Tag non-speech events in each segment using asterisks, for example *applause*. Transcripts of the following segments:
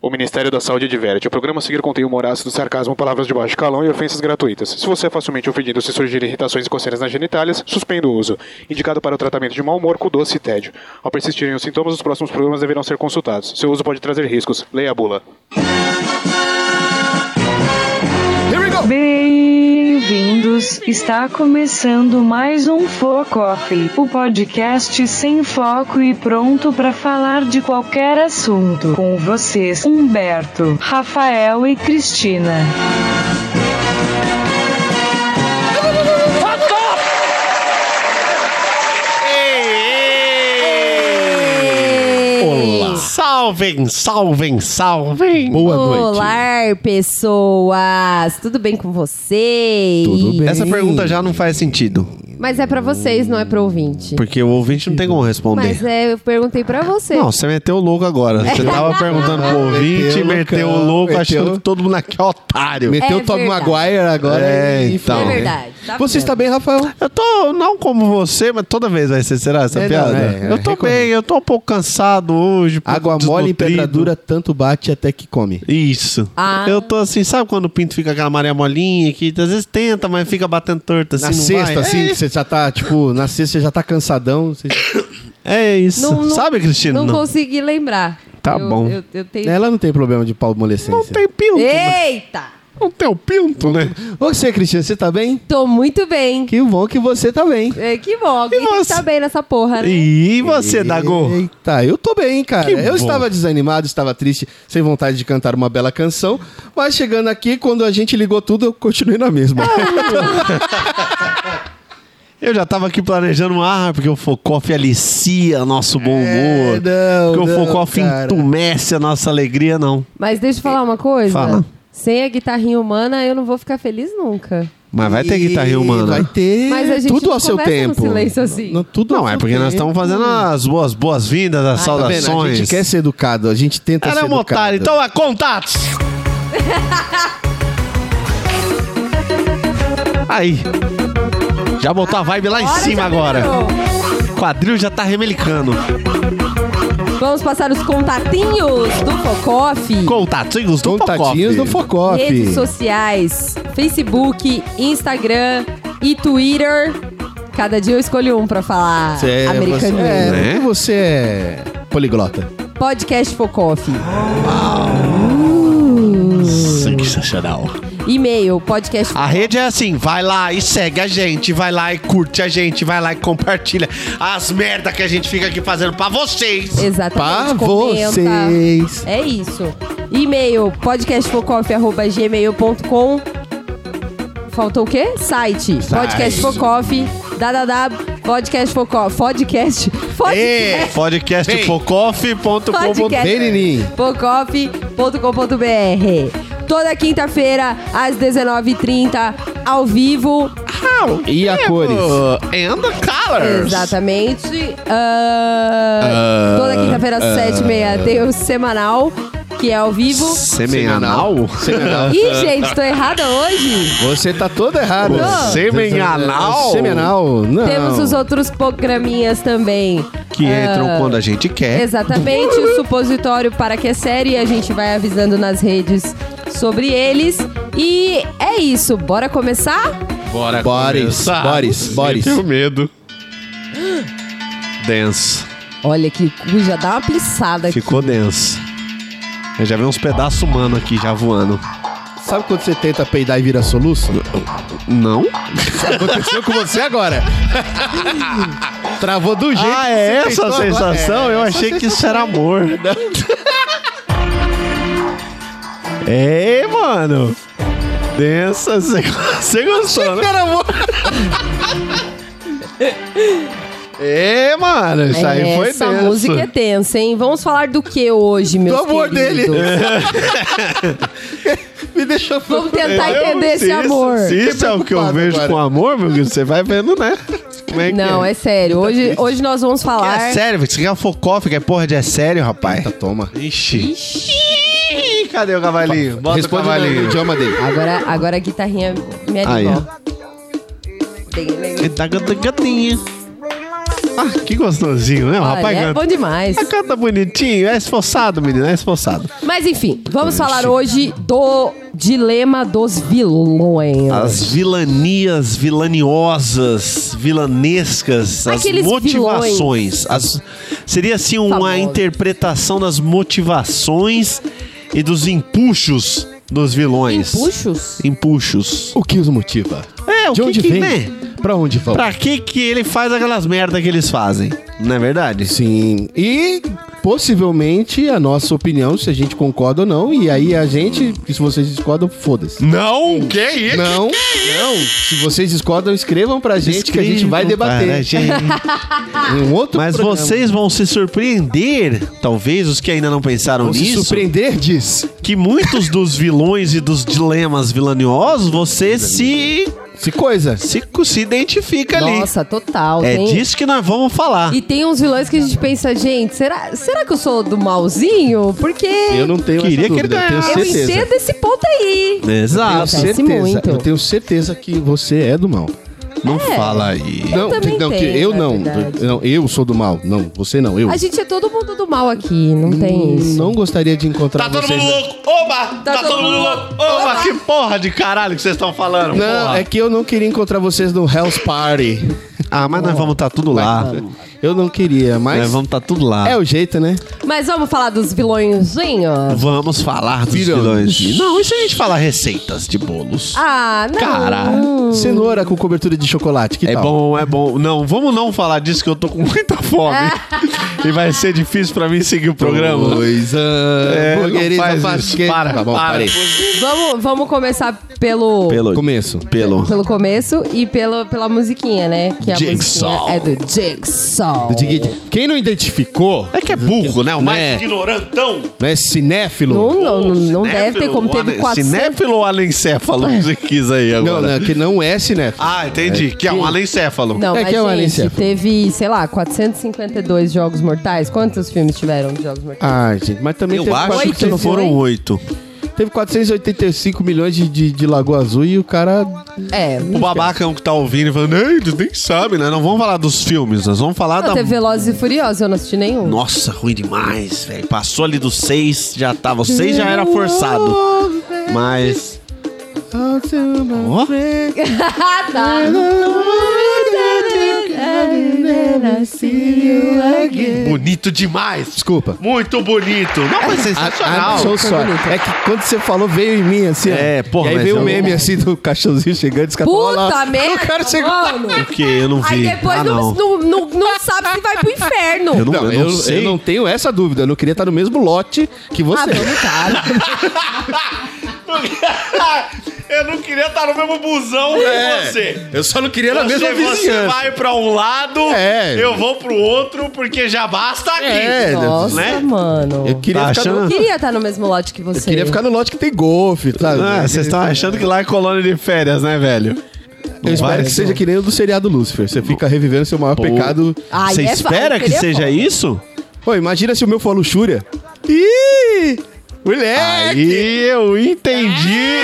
O Ministério da Saúde adverte. O programa a seguir contém humor ácido, sarcasmo, palavras de baixo calão e ofensas gratuitas. Se você é facilmente ofendido se surgirem irritações e coceiras nas genitálias, suspenda o uso. Indicado para o tratamento de mau humor, com doce e tédio. Ao persistirem os sintomas, os próximos programas deverão ser consultados. Seu uso pode trazer riscos. Leia a bula. Bem-vindos! Está começando mais um Foco Off, o podcast sem foco e pronto para falar de qualquer assunto. Com vocês, Humberto, Rafael e Cristina. Olá. Salvem, salvem, salvem! Boa noite. Olá, pessoas! Tudo bem com vocês? Tudo bem. Essa pergunta já não faz sentido, Mas é pra vocês, não é pro ouvinte. porque o ouvinte não tem como Mas responder. é, eu perguntei pra você. é Não, você meteu o louco agora. Você *laughs* tava perguntando pro ouvinte, Meteu o meteu o loucão, louco, meteu- achando que todo mundo aqui é otário. Meteu É o Tom verdade. Maguire agora. É, e- e então. foi. É verdade, tá Você vendo? está bem, Rafael? Eu tô, não como você, mas toda vez vai ser, será essa É, não, piada? é, é, eu tô recorrente. bem, eu tô um pouco cansado hoje. um pouco Água mole em desnutrido. pedra dura, tanto bate até que come. Isso. Ah. Eu tô assim, sabe quando o pinto fica aquela maré molinha que às vezes tenta, mas fica batendo torto assim, Na não sexta, vai? assim, que você já tá, tipo, na sexta você já tá cansadão. você- É, é isso. Não- não- sabe, Cristina? Não, consegui lembrar. Tá Eu- bom. Eu, eu tenho... Ela não tem problema de palmolescência. Não tem pinto. É. né? Eita! Não tem o pinto, né? Você, Cristina, você tá bem? Tô muito bem. Que bom que você tá bem. É, que bom, alguém E tem que você? tá bem nessa porra, né? E É. você, Dago? Eita, eu tô bem, cara. Que eu bom. estava desanimado, estava triste, sem vontade de cantar uma bela canção. Mas chegando aqui, quando a gente ligou tudo, eu continuei na mesma. Ah, *laughs* Eu já tava aqui planejando, ah, porque o Focoff alicia nosso bom humor. É, não, porque não, o Focoff cara. entumece a nossa alegria, não. Mas deixa eu falar uma coisa. Fala. Sem a guitarrinha humana, eu não vou ficar feliz nunca. Mas vai ter E guitarra humana. Vai ter. Mas a gente né? tudo não ao seu conversa no tempo. silêncio assim. Não, tudo ao Não, é seu porque nós tempo. estamos fazendo as boas, boas-vindas, as Tá vendo? A saudações. gente quer ser educado, a gente tenta Ela é ser uma educado. otária, então é contatos! *laughs* Aí. Já botou a vibe lá em Bora, cima já agora. melhorou. O quadril já tá remelicando. Vamos passar os contatinhos do Focoff. Contatinhos do Contatinhos do Focoff. Focop. Redes sociais, Facebook, Instagram e Twitter. Cada dia eu escolho um pra falar Você é, americano. você, é, Né? porque você é poliglota. Podcast Focoff. Sensacional. E-mail, podcast. A rede é assim, vai lá e segue a gente, vai lá e curte a gente, vai lá e compartilha as merda que a gente fica aqui fazendo pra vocês. Pra Exatamente. comenta. vocês. É isso. E-mail, podcastfocoff.gmail.com. Faltou o quê? Site. Podcast Focoff. www. Podcast Focoff. Podcast. E Podcast. podcastfocoff.com.br Bem, neném. Pocoff.com.br. Toda quinta-feira, às 19h30, ao vivo. E a cores. And the colors. Exatamente. Ah, toda quinta-feira, às 7h30, tem o semanal, que é ao vivo. Semenal? Seminal. Ih, gente, tô errada hoje. Você tá toda errada. Não. Seminal? Seminal? Não. Temos os outros programinhas também. Que Ah. entram quando a gente É? quer. Exatamente, o supositório para que é sério e a gente vai avisando nas redes sobre eles. E é isso, bora começar? Bora Boris, Boris, Boris. Tenho medo. Denso. Olha que cu, já dá uma pinçada aqui. Ficou denso. Eu já vi uns pedaços humanos aqui já voando. Sabe quando você tenta peidar e vira soluço? Não? Aconteceu com você *laughs* agora. Travou do jeito Ah, que é você essa a tentou agora. sensação? É, Eu essa achei que isso sensação. era amor. Ei, mano. Densa, você- *laughs* você gostou, né? Era amor. Ei, mano, isso aí foi né? Essa denso. música é tensa, hein? Vamos falar do que hoje, meu Do amor dele. *laughs* Me deixou Vamos tentar Eu- entender Tá esse se isso- amor. Se isso é o que eu preocupado vejo agora. com amor, meu Deus, você vai vendo, né? Como é que Não, é sério. Hoje, hoje nós vamos falar. É sério, você quer focófico, é porra de é sério, rapaz. Eita, toma. Ixi. Ih, Cadê o cavalinho? Bota Responde o no cavalinho. idioma dele. Agora, agora a guitarrinha me Aí, animou. Ele tá gatinha. Ah, que gostosinho, né? O Olha, rapaz é canta. bom demais. Ah, canta bonitinho, é esforçado, menino, é esforçado. Mas enfim, vamos falar hoje do dilema dos vilões. As vilanias vilaniosas, vilanescas, Aqueles as motivações. As, seria assim uma Famosos. interpretação das motivações e dos empuxos dos vilões. Puxos? Empuxos. O que os motiva? É, o De que onde que, vem? né? Pra onde vão? Pra que que ele faz aquelas merda que eles fazem? Não é verdade? Sim. E possivelmente a nossa opinião, se a gente concorda ou não. E aí a gente, se vocês discordam, foda-se. Não, que é isso? Não, é não. Se vocês discordam, escrevam pra gente que a gente vai Cara, é, debater. gente. *laughs* Em um outro Mas programa. vocês vão se surpreender, talvez os que ainda não pensaram Vão se nisso, surpreender, diz. que muitos dos vilões e dos dilemas vilaniosos, você se, Se coisa. se, se identifica ali. Nossa, total. é tem- disso que nós vamos falar. E tem uns vilões que a gente pensa, gente, será, será que eu sou do malzinho? Porque Eu não tenho Queria essa que ele dúvida, eu ganhasse. eu tenho certeza. entendo esse ponto aí. Tenho Exato. Acontece certeza, muito. eu tenho certeza que você é do mal. Não fala aí. não, também não, que tenho, eu na não, verdade. não, eu sou do mal. Não, você não, eu. A gente é todo mundo do mal aqui, não tem isso. Hum, Não gostaria de encontrar vocês. Tá louco! Oba! Tá todo mundo louco. Oba! Que porra de caralho que vocês estão falando, Não, porra. é que eu não queria encontrar vocês no Hell's Party. Ah, mas nós vamos estar tudo lá. Eu não queria, Nós mas vamos estar tudo lá. é o jeito, né? Mas vamos falar dos vilõezinhos? Vamos falar dos Vilões. vilões. Não, e se a gente falar receitas de bolos? Ah, não. Caralho. Cenoura com cobertura de chocolate, que É tal? bom, é bom. Não, vamos não falar disso que eu tô com muita fome. e vai ser difícil pra mim seguir o programa. Dois É, hambúrgueres, não faz alface, isso. que- Para, tá bom, para. parei. Vamos, vamos começar pelo, pelo. Pelo. Começo. Pelo. começo e pelo, pela musiquinha, né? Que a Jigsaw. musiquinha é do Jigsaw. Do Dig- Quem não identificou, É que é burro, né? O mais Né? ignorantão. né, cinéfilo... Não, não, não, Cinéfilo não deve ter como. ou Teve ane- 400. Cinéfilo ou anencéfalo? Você quis aí Não, agora. não, que não é cinéfilo. Ah, entendi. Que né? é um anencéfalo. Não, É mas, que é uma gente, Alicia. teve, sei lá, 452 Jogos Mortais. Quantos filmes tiveram de Jogos Mortais? Ai, gente, mas também Eu teve, acho quatro- que não 400 foram um. oito. teve 485 milhões de, de, de Lagoa Azul e o cara... É. O babacão que tá ouvindo e falando, "Ei, eles nem sabem, né? Não vamos falar dos filmes, nós vamos falar Não, da. teve Velozes e Furiosos, eu não assisti nenhum. Nossa, ruim demais, velho. Passou ali do seis, já tava. O seis já era forçado. Mas. Ó. Ah, tá. Bonito demais. Desculpa. Muito bonito. Não, mas I'm so sorry. bonito. É que quando você falou, veio em mim, assim, ó. É, porra, E aí mas veio eu- o meme, assim, do caixãozinho chegando, tá escapou Puta merda, O cara chegou... mano. Porque eu não Aí vi. depois ah, não, não. não, não, não sabe se vai pro inferno. Eu não, Não, eu não eu, sei. eu não tenho essa dúvida. Eu não queria estar no mesmo lote que Ah, você. vamos, cara. *laughs* eu não queria estar no mesmo busão que É você. É, eu só não queria na Você- mesma você vizinhança. vai pra um lado, É. eu vou pro outro, porque já basta aqui. É, Nossa, né? mano. Eu queria, Tá ficar achando- no, Eu queria estar no mesmo lote que você. eu queria ficar no lote que tem golfe, tá? sabe? Ah, vocês estão achando que lá é colônia de férias, né, velho? Eu espero que seja que nem o do seriado Lucifer. Você fica revivendo seu maior pecado. Ai, Você é fa- espera eu que queria seja foda. isso? Pô, imagina se o meu for luxúria. Ih! É Moleque! Aí eu entendi.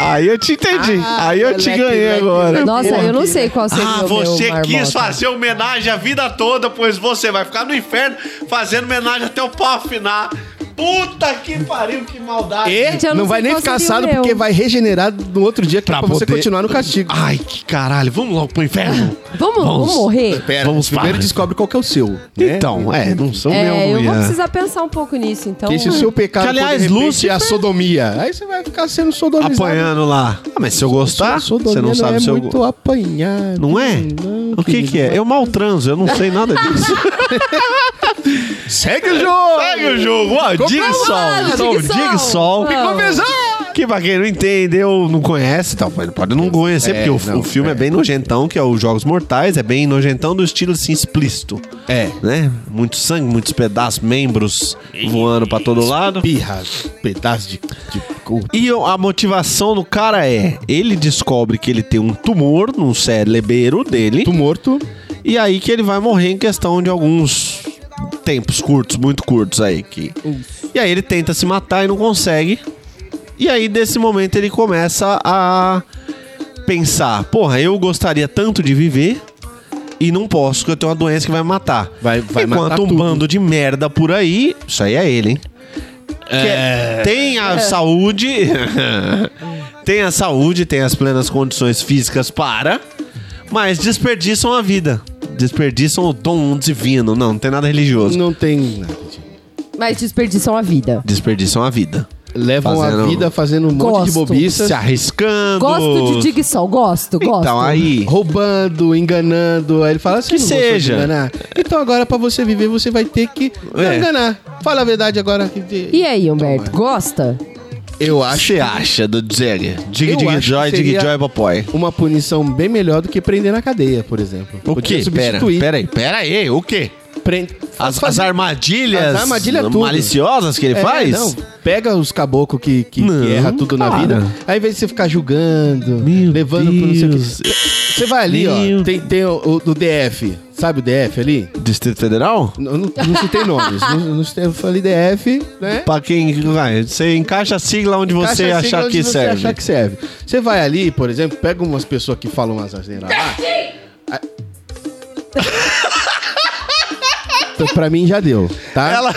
Aí eu te entendi. Ah, Aí eu te ganhei agora. Nossa, eu não sei qual seria o né? Ah, meu você quis marmota. fazer homenagem a vida toda, pois você vai ficar no inferno fazendo homenagem até o pau afinar. Puta que pariu, que maldade. Gente, eu não, não vai sei nem qual ficar seria o assado meu. porque vai regenerar no outro dia que pra, você poder- Ah, continuar no castigo. Ai, que caralho. Vamos logo pro inferno. Vamos, vamos morrer? Pera, vamos primeiro para. descobre qual que é o seu. né? Então, é, não são É, meu. eu não vou ia. precisar pensar um pouco nisso, então. Porque se o seu pecado Que, aliás, for, de repente, é Lúcifer- a sodomia, aí você vai ficar sendo sodomizado. Apanhando lá. Ah, mas se eu gostar, A sodomia você não sabe é se eu muito apanhar. Não é? Não, o que querido, que é? vai- Eu maltranso, eu não sei nada disso. Segue o jogo! Segue o jogo, ó, Vamos lá, Digsol. Jigsaw. Digsol. Vamos. Que pra quem não entende ou não conhece, tal, pode- pode não conhecer, É, porque o, não, o filme é. é. bem nojentão, que é os Jogos Mortais, é bem nojentão do estilo assim, explícito. É. Né? Muito sangue, muitos pedaços, membros voando pra todo lado. Pirra, pedaço de, de cu. E o- a motivação do cara é: ele descobre que ele tem um tumor no cérebro dele. Tu morto. E aí que ele vai morrer em questão de alguns tempos curtos, muito curtos aí. Que... E aí ele tenta se matar e não consegue. E aí, desse momento, ele começa a pensar: porra, eu gostaria tanto de viver. e não posso, porque eu tenho uma doença que vai me matar. Vai- vai Enquanto matar um tudo. bando de merda por aí, isso aí é ele, hein? É. Quer- Tem a saúde, tem a saúde, tem as plenas condições físicas para, mas desperdiçam a vida. Desperdiçam o dom divino. Não, não tem nada religioso. Não tem nada. gente. Mas desperdiçam a vida. Desperdiçam a vida. Levam a Fazendo- vida fazendo um monte de Gosto. bobiça. Se arriscando. Gosto de dicção, gosto, gosto. Então aí. roubando, enganando. Aí ele fala assim: Que "Não gostou de seja. enganar. Então agora, pra você viver, você vai ter que não É. enganar. Fala a verdade agora. E é aí, Humberto, Então, gosta? Eu acho Você acha do Zeg? Dig Eu Dig acho que Joy, Dig seria- Joy Papoy. uma punição bem melhor do que prender na cadeia, por exemplo. O Podia quê? Pera, substituir. pera aí, pera aí, o quê? Prende- As, Faz- as armadilhas, As armadilhas tudo. maliciosas que ele É, faz? não, pega os caboclos que, que, que Não, erra tudo na cara. vida. Aí, ao invés de você ficar julgando, Meu levando pro não sei o que. Deus. Você vai ali, ó. Meu- Tem, tem o, o do DF. Sabe o DF ali? Distrito Federal? N- eu Não, não *laughs* citei nomes. não, não citei- eu falei DF, né? Pra quem vai, você encaixa a sigla onde você Caixa achar sigla que onde você serve. achar que serve. Você vai ali, por exemplo, pega umas pessoas que falam umas asneiras lá. Ah. Então, pra mim já deu, tá? Ela...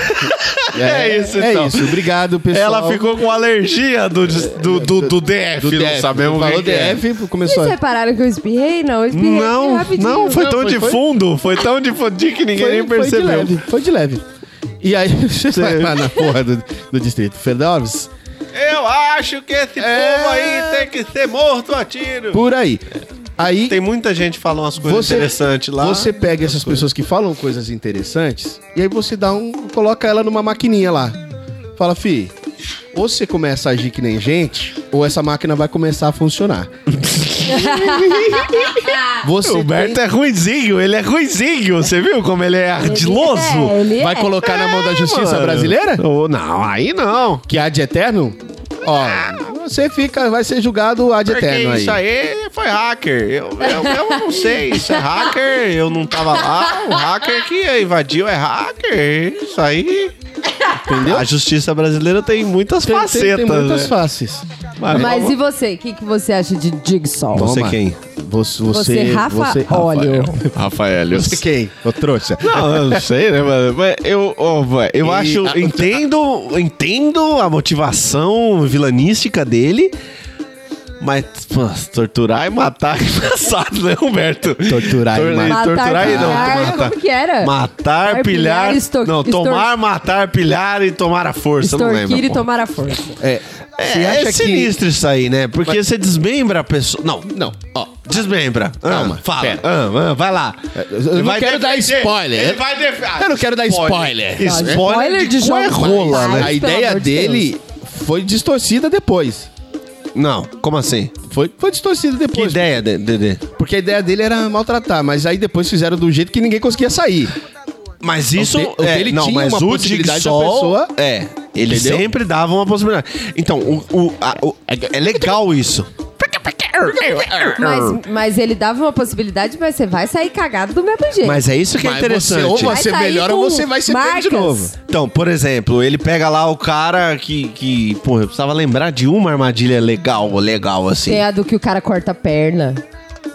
É, isso, É então. isso, obrigado, pessoal. Ela ficou com alergia do, do, do, do DF, do não DF. sabemos o Falou que que é. DF, começou Vocês a... repararam que eu espirrei? Não, eu espirrei Não, rapidinho. não, foi tão foi- de foi- fundo, foi tão de fundo que ninguém nem de percebeu. leve, foi de leve. E aí *laughs* você vai lá na porra do, do distrito federal, Eu acho que esse povo aí tem que ser morto a tiro. por aí. Aí Tem muita gente falando umas coisas interessantes lá. Você pega essas pessoas que falam coisas interessantes e aí você dá um, coloca ela numa maquininha lá. Fala, fi, ou você começa a agir que nem gente, ou essa máquina vai começar *laughs* a funcionar. você O Humberto tem- é ruizinho, ele é ruizinho. Você viu como ele é ardiloso? É, ele vai é. colocar na mão da justiça Mano. brasileira? Oh, não, aí não. Que há de eterno? Ó, você fica, vai ser julgado há de Porque eterno aí. isso aí foi hacker. Eu, eu, eu não sei, isso é hacker, eu não tava lá. O hacker que invadiu é hacker. Isso aí. Entendeu? A justiça brasileira tem muitas Tem- tem- facetas. tem, muitas né? faces. Mas, Mas e você? O que, que você acha de Jigsaw? Você Toma. quem? Você, Você, você, Rafa, você- Olho. Rafael. Você quem? Ô trouxa. Não, eu não sei, né, mano? Mas Eu, ó, vai, eu E- acho. a- entendo, entendo a motivação vilanística dele. Mas, pô, torturar e matar *laughs* é engraçado, né, Humberto? Torturar e matar. é Torturar e não, pilhar, matar. como que Matar, era? É. pilhar. Matar, pilhar, estor- não, estor- tomar, matar, pilhar e tomar a força. eu não Extorquir lembro. e pô. tomar a força. É, você É, acha é sinistro isso aí, né? Porque você desmembra a pessoa. Não, que... Não, ó, Desmembra. Calma, Ah, fala. pera. É, Ah, ah, vai lá. eu não quero dar spoiler. Ele vai def- ah, Eu não quero dar spoiler. Spoiler, Spoiler de, de qual é jogo. rola, Vai. né? a pelo ideia amor de dele foi distorcida depois. Não, como assim? Foi, foi distorcida Que depois. ideia, de- Dedê? Porque a ideia dele era maltratar, mas aí depois fizeram do jeito que ninguém conseguia sair. Mas isso... de- o é, dele não, tinha mas uma o possibilidade da Jigsaw... pessoa- É, ele Entendeu? sempre dava uma possibilidade. Então, o, o- a- o- é legal isso. Mas, mas ele dava uma possibilidade, mas você vai sair cagado do mesmo jeito. Mas é isso que é Mas interessante. Você, ou Vai você sair melhora ou com você vai ser pego de marcas. novo. Então, por exemplo, ele pega lá o cara que... que pô, eu precisava lembrar de uma armadilha legal, legal, assim. Tem a do que o cara corta a perna,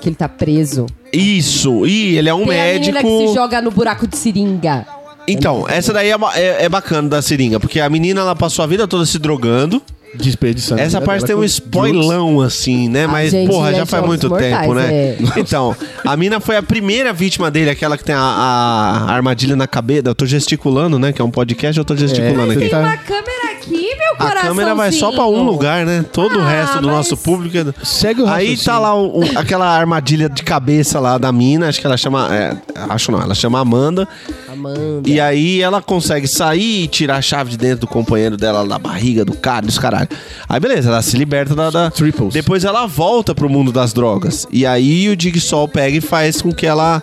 que ele tá preso. Isso, e ele é um Tem médico. a menina que se joga no buraco de seringa. Então, essa daí é, ba- é- é bacana da seringa, porque a menina ela passou a vida toda se drogando. Desperdiçando. Essa né, parte dela tem um com spoilão, assim, né? Ah, Mas, gente, porra, né, já faz Jogos muito Mortais, tempo, né? é. *laughs* Então, a mina foi a primeira vítima dele, aquela que tem a, a armadilha na cabeça. Eu tô gesticulando, né? Que é um podcast, eu tô gesticulando É, aqui. você tá- Uma câmera aqui, meu A coração. câmera vai só pra um lugar, né? Todo o Ah, resto do mas- nosso público. é do- Segue o Aí raciocínio. tá lá o- o- aquela armadilha de cabeça lá da mina, acho que ela chama. é, acho não, ela chama Amanda. Amanda. E aí ela consegue sair e tirar a chave de dentro do companheiro dela, da barriga, do cara, dos caralho. Aí beleza, ela se liberta da. da... Triples. Depois ela volta pro mundo das drogas. E aí o Digsol pega e faz com que ela,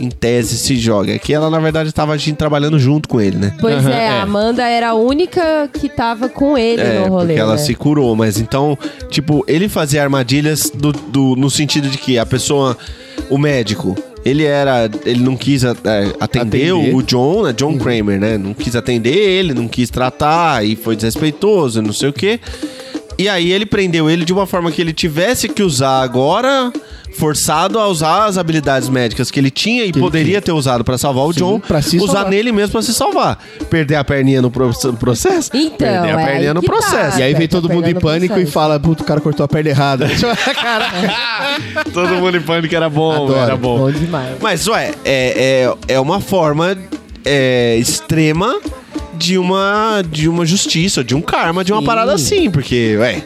em tese, se jogue. Aqui ela, na verdade, tava agindo- trabalhando junto com ele, né? Pois é, é. a Amanda era a única que tava com ele É, no rolê. porque ela né? se curou, mas então, tipo, ele fazia armadilhas do, do- no sentido de que a pessoa, o médico, ele era, ele não quis é, atender, Atender. Uhum. o John, né, John Kramer, né, não quis atender ele, não quis tratar e foi desrespeitoso, não sei o quê. E aí ele prendeu ele de uma forma que ele tivesse que usar agora, forçado a usar as habilidades médicas que ele tinha e poderia ter usado pra salvar o John, pra se usar salvar. nele mesmo pra se salvar. Perder a perninha no pro- processo? Então, perder a é perninha aí no que tá. processo. E aí vem Tá todo mundo em pegando pânico e processo. fala, puto, o cara cortou a *laughs* perna errada. Todo mundo em pânico era bom, Adoro. era bom. Bom demais. Mas, ué, é, é, é uma forma é, extrema de uma, de uma justiça, de um karma, de uma Sim. parada assim, porque, ué.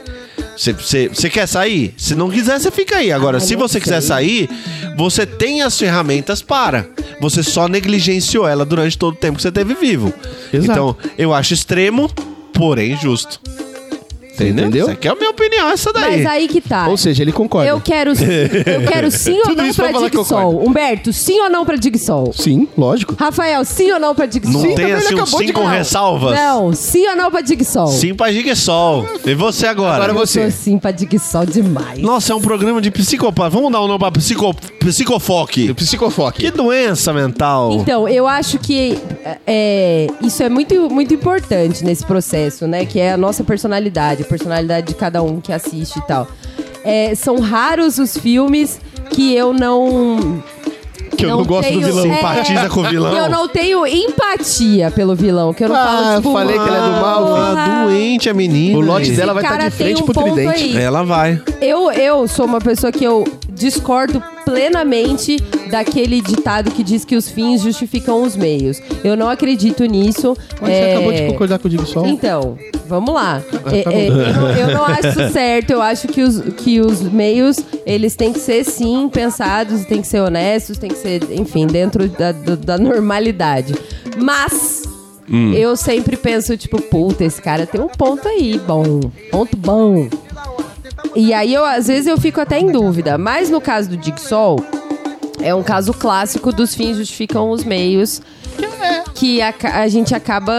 você- Você você quer sair? Se não quiser, você fica aí. Agora, Ah, se não você quiser sei. sair, você tem as ferramentas para. Você só negligenciou ela durante todo o tempo que você teve vivo. Exato. Então, eu acho extremo, porém justo. Entendeu? entendeu? Essa aqui é a minha opinião, essa daí. Mas aí que tá. Ou seja, ele concorda. Eu quero, eu quero sim ou Tudo não isso pra pra falar que eu Digsol. Humberto, sim ou não pra Digsol? Sim, lógico. Rafael, sim ou não pra Digsol? Não Sim, tem também assim ele um acabou de sim com ganhar. ressalvas. Não, sim ou não pra Digsol? Sim pra Sol. E você agora? Agora Eu você. sou sim pra Digsol demais. Nossa, é um programa de psicopata. Vamos dar um nome pra psico... psicofoque. Psicofoque. Que doença mental. Então, eu acho que é, isso é muito, muito importante nesse processo, né? Que é a nossa personalidade, a personalidade de cada um que assiste e tal. É, são raros os filmes que eu não. É, Que eu não gosto do vilão. Simpatiza com o vilão. que Eu não tenho empatia pelo vilão. Que eu não Ah, falo, tipo, eu falei que ele é do mal, "Porra, Ah, doente a menina. O lote esse dela vai cara estar de tem frente um pro ponto aí." tridente. Ela vai. Eu, eu sou uma pessoa que eu discordo plenamente daquele ditado que diz que os fins justificam os meios. Eu não acredito nisso. Mas é, você acabou de concordar com o Digsol? Então, vamos lá. Ah, É, tá é, eu, bom. não- eu não acho certo. Eu acho que os, que os meios, eles têm que ser, sim, pensados, têm que ser honestos, têm que ser, enfim, dentro da, do- da normalidade. Mas... Eu sempre penso, tipo, puta, esse cara tem um ponto aí, bom. Ponto bom. E aí, eu, às vezes, eu fico até em dúvida. Mas no caso do Digsol, é um caso clássico dos fins justificam os meios. Que a, ca- a gente acaba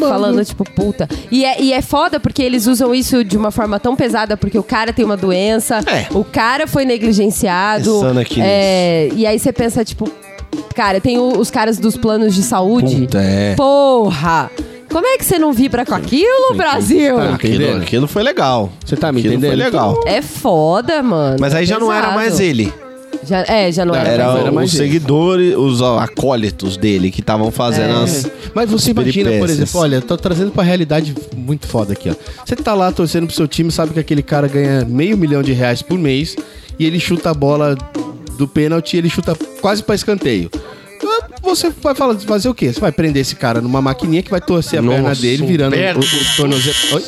falando, tipo, puta. E é, e é foda porque eles usam isso de uma forma tão pesada, porque o cara tem uma doença, É. o cara foi negligenciado. Pensando aqui é, e aí você pensa, tipo, cara, tem o- os caras dos planos de saúde. Puta, é. Porra! Como é que você não vibra com aquilo, Brasil? Tá Aquilo, entendendo? aquilo foi legal. Você tá me aquilo entendendo? foi legal. É foda, mano. Mas aí já não era Pesado. mais ele. Já, é, já não era, Era, mais era ele. mais os ele. seguidores, os acólitos dele que estavam fazendo É. as... Mas você imagina, por peripécias. exemplo, olha, tô trazendo pra realidade muito foda aqui, ó. Você tá lá torcendo pro seu time, sabe que aquele cara ganha meio milhão de reais por mês e ele chuta a bola do pênalti, ele chuta quase pra escanteio. Ah, Você vai falar, fazer o quê? Você vai prender esse cara numa maquininha que vai torcer a perna Nossa, dele, virando o, Humberto. o tornozelo. Oi?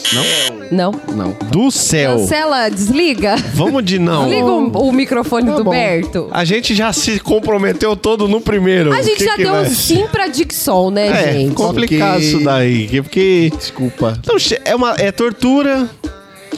Não. um Não, não. Do céu. Cancela, desliga. Vamos de É não. Tá Desliga o, o microfone do bom. Berto. A gente já se comprometeu todo no primeiro. A gente Que já que deu vai? um sim pra Dixon, né, É, gente? complicado Ok. isso daí. que- Porque... Desculpa. Então, che- é, uma, é tortura,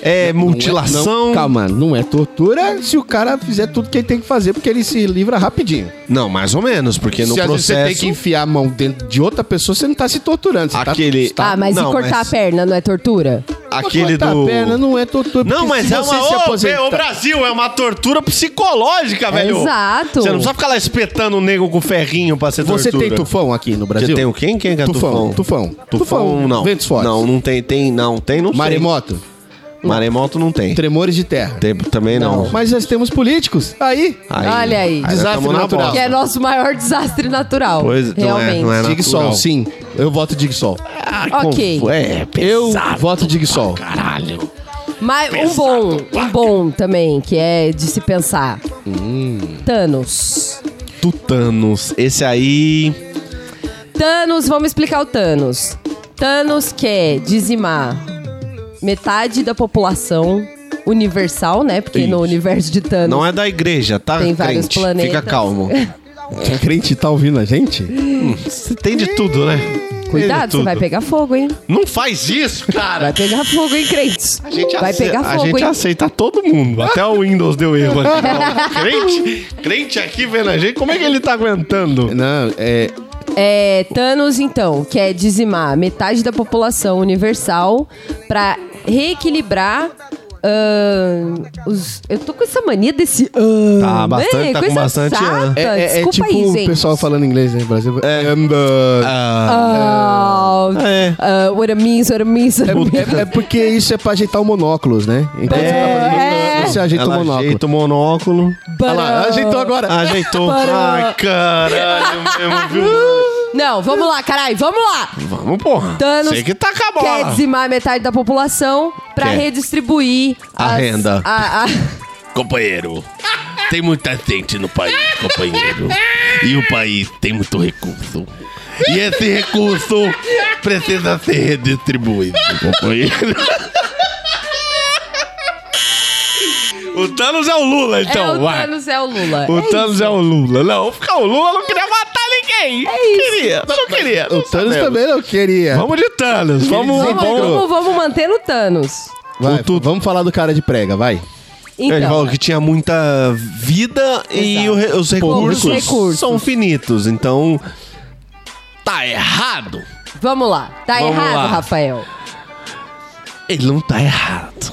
é Não, mutilação. não, calma, não é tortura se o cara fizer tudo que ele tem que fazer, porque ele se livra rapidinho. Não, mais ou menos, porque no se às vezes processo. você tem que enfiar a mão dentro de outra pessoa, você não tá se torturando. Você Aquele- Tá, Ah, mas Não, e cortar mas- a perna não é tortura? tá, aquele cortar do. a perna não é tortura. Não, porque mas se é você uma. se Ô, aposentar- Ô, Brasil, é uma tortura psicológica, velho. exato. Você não precisa ficar lá espetando o nego com ferrinho pra ser Você é tortura. tem tufão aqui no Brasil? Você tem o quem? Quem é que é Tufão, tufão? tufão. Tufão, Tufão, não. ventos fortes. Não, não tem. Tem, não. Tem, não sei. Maremoto, Maremoto não tem. tremores de terra. Tem- também não. Mas nós temos políticos. Aí, Olha aí. nós Desastre tamo na natural. bosta. Que é nosso maior desastre natural. Pois, não é, realmente. não é nada. Digsol, Natural. sim. Eu voto Digsol. Ah, Ok. conf- É, Eu pesado. voto Digsol. Caralho. Mas um bom, um bom também, que é de se pensar. Hum. Thanos. Tutanos. Esse aí. Thanos, vamos explicar o Thanos. Thanos quer dizimar metade da população universal, né? Porque no Isso. universo de Thanos Não é da igreja, tá? Tem vários crente? planetas. Fica *laughs* calmo. O crente tá ouvindo a gente? Você tem de tudo, né? Cuidado, você tudo. vai pegar fogo, hein? Não faz isso, cara! Vai pegar fogo, hein, crentes? A gente vai ace- pegar fogo, A gente hein? aceita todo mundo. Até o Windows deu erro *laughs* aqui. crente, crente aqui vendo a gente, como é que ele tá aguentando? Não, é. É, Thanos, então, quer dizimar metade da população universal pra reequilibrar ah, os- eu tô com essa mania desse. ah, Tá, bastante- né? tá com Coisa bastante, ah. chata. É, é- é Desculpa tipo aí, gente. o pessoal falando inglês, né? no Brasil. And, uh, Ah, É. ah, what it means, what it means. É, é- é porque isso é pra ajeitar o monóculos, né? Então é. você tá falando monóculo, você ajeita o Ela monóculo. ajeita o monóculo. But, Olha lá, tá ah, ajeitou agora. Ajeitou. Ai, caralho *laughs* mesmo, viu? uh, Não, vamos lá, caralho, vamos lá. Vamos, porra. Thanos Sei que tá com a Quer bola. dizimar metade da população pra Quer. redistribuir A as- renda. a- a- Companheiro, tem muita gente no país, companheiro. E o país tem muito recurso. E esse recurso precisa ser redistribuído, companheiro. O Thanos é o Lula, então, é o vai. Thanos é o Lula. O É Thanos é o Lula. Não, porque o Lula não queria matar ninguém. É isso. Queria, não queria. O não Thanos sabemos. também não é. queria. Vamos de Thanos, vamos. Vamos, bom. vamos, vamos manter no Thanos. Vai, Vamos falar do cara de prega, vai. Ele falou Então, que tinha muita vida e Exato. o re- os recursos, Poucos recursos. são finitos. Então, Tá errado. vamos lá. Tá Vamos errado, lá. Rafael. ele não tá errado.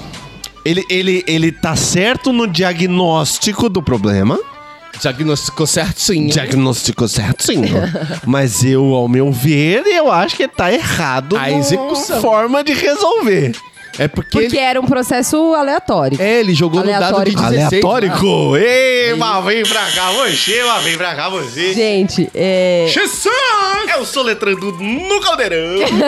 Ele, ele, ele tá certo no diagnóstico do problema. Diagnosticou certinho. Diagnóstico *laughs* certinho. Mas eu, ao meu ver, eu acho que ele tá errado A na execução. forma de resolver. É porque, Porque ele, era um processo aleatório. é, ele jogou Aleatório. no dado de 16. Aleatórico. Ei, Ah, vem pra cá você, mas vem pra cá você. Gente, é... É Eu sou letrando no caldeirão.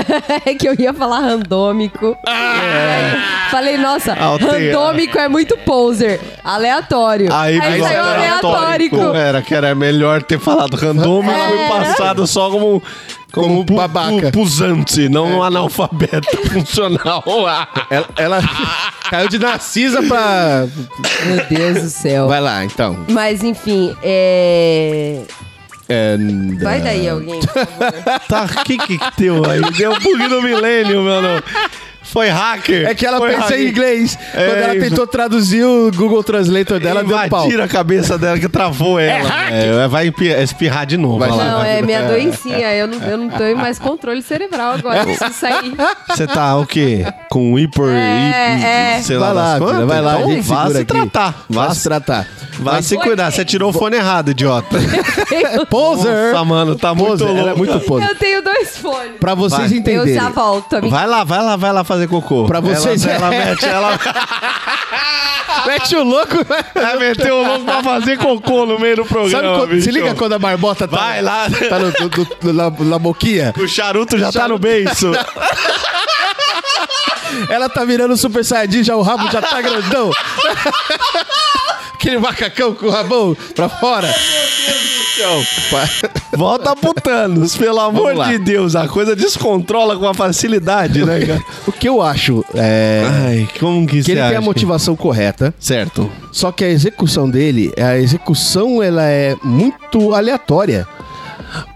*laughs* é que eu ia falar randômico. É. Falei, nossa, Alteia. randômico é muito poser. Aleatório. Aí, Aí virou saiu aleatórico. aleatórico. Era que era melhor ter falado randômico e passado só como. Como, Como babaca. Pusante, não um analfabeto *laughs* funcional. Ela, ela *laughs* caiu de Narcisa pra. Meu Deus do céu. Vai lá, então. Mas enfim, é. And, Vai daí alguém. tá, o que que deu aí? Deu um bug no milênio, meu não. Foi hacker. É que ela Foi pensa em hacker. inglês. É, Quando ela inv- tentou traduzir o Google Translator dela, deu um pau. Invadiram a cabeça dela que travou ela. É, vai empi- espirrar de novo. Vai olha Não, lá. é minha doencinha. Eu não, eu não tenho mais controle cerebral agora. Eu preciso sair. Você tá o quê? Com hiper, É, hiper é. sei lá, Vai lá, das quantas? filha, vai lá, a Então, gente vá segura se aqui. tratar. Vá Vai se se, tratar. vá se cuidar. Você tirou o fone errado, idiota. um Poser! Nossa, mano, tá muito poser, ela é louco. muito poser. Eu tenho dois fones. Pra vocês Vai. Eu entenderem. já volto, amiga. Vai lá, vai lá, vai lá fazer cocô. Pra vocês- Ela, ela mete, *laughs* ela Mete o louco. vai meter o louco pra fazer cocô no meio do programa. Sabe quando- bicho. se liga quando a barbota tá, Vai lá. tá no, do, do- do- na, na boquinha? O charuto já tá no beiço. Ela tá virando super saiyajin, já o rabo já tá grandão. *laughs* Aquele macacão com o rabão pra fora. *laughs* Volta pro Thanos, pelo amor Vamos lá. de Deus. A coisa descontrola com a facilidade, né, cara? O que eu acho é Ai, como que que Ah, você ele tem acha? a motivação correta, Certo. só que a execução dele, a execução ela é muito aleatória.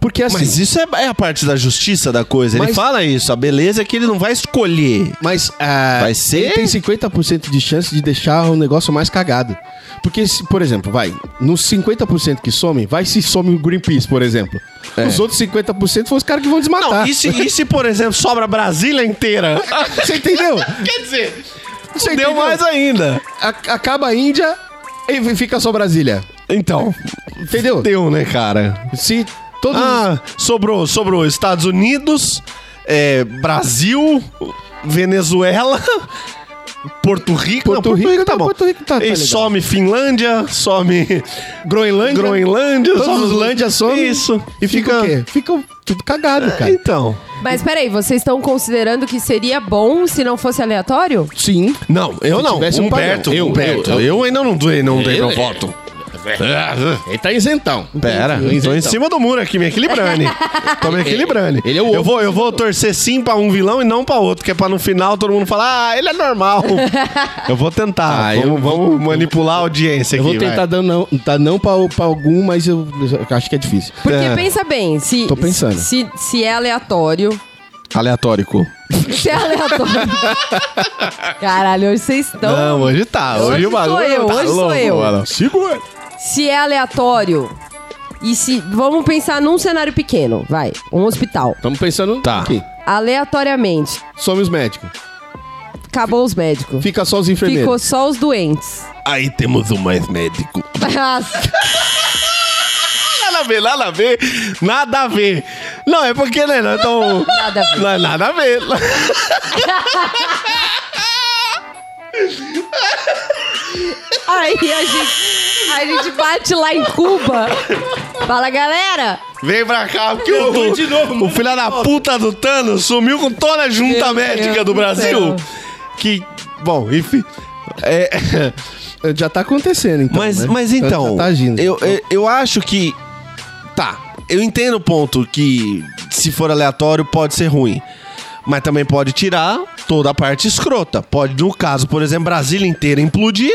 Porque assim, Mas mas, isso é, é a parte da justiça da coisa. Ele Mas- fala isso. A beleza é que ele não vai escolher. ah, Vai ser- ele tem 50% de chance de deixar o negócio mais cagado. Porque, se, por exemplo, vai, nos 50% que somem, vai se some o Greenpeace, por exemplo. Os outros 50% são os caras que vão É. Não, desmatar. e, se, e se, por exemplo, sobra Brasília *laughs* inteira? *laughs* Você entendeu? Quer dizer, Você Deu entendeu? mais ainda. A- acaba a Índia e fica só Brasília. Então, Entendeu? deu, né, cara? Se todos. Ah, sobrou, sobrou Estados Unidos, é, Brasil, Venezuela, *laughs* Porto Rico. Porto Rico, tá não, bom. Porto Rico tá- tá e legal. some Finlândia, some Groenlândia. Groenlândia, Todos os Lândia somem. Isso. E fica, o quê? Fica tudo cagado, cara. Então. Mas peraí, vocês estão considerando que seria bom se não fosse aleatório? Sim. Não, eu não. tivesse um Humberto, padrão. Eu- Humberto. Eu, eu- ainda não dei, não dei Eu- meu voto. Ele tá isentão. tá Pera, eu então. tô em cima do muro aqui, me equilibrando. *laughs* tô me equilibrando. Ele é o eu outro. vou, eu vou torcer sim pra um vilão e não pra outro, que é pra no final todo mundo falar, ah, ele é normal. eu vou tentar. Ah, vamos, eu vamos manipular a audiência Eu aqui. vou tentar dar não, dar não pra, pra algum, mas eu, eu acho que é difícil. Porque É. pensa bem, se, Tô pensando. se, se é aleatório. Aleatórico. Se é aleatório. Caralho, hoje vocês estão. Não, hoje tá. Hoje Hoje, o sou bagulho eu, tá hoje sou louco, eu. mano. Segura. se é aleatório e se vamos pensar num cenário pequeno, vai, um hospital, Estamos pensando Tá. aqui. aleatoriamente, Some os médicos. Acabou os médicos. Fica só os enfermeiros. Ficou só os doentes. *laughs* Aí um temos o mais médico. Nada a ver, nada a ver. Nada a ver. Não, é porque, né? Nós tamo... Nada a ver. Não é nada a ver. Aí a gente, a gente bate lá em Cuba. Fala, galera. Vem pra cá, porque o, tô de novo, mano. o filho da puta do Thanos sumiu com toda a junta Meu médica é. Deus do do Brasil. céu. Que. Bom, enfim. É, *laughs* Já tá acontecendo, então. mas, né? mas então, Já tá agindo. eu, eu, eu acho que. Tá, eu entendo o ponto que se for aleatório pode ser ruim. Mas também pode tirar toda a parte escrota. Pode, no caso, por exemplo, Brasília inteira implodir,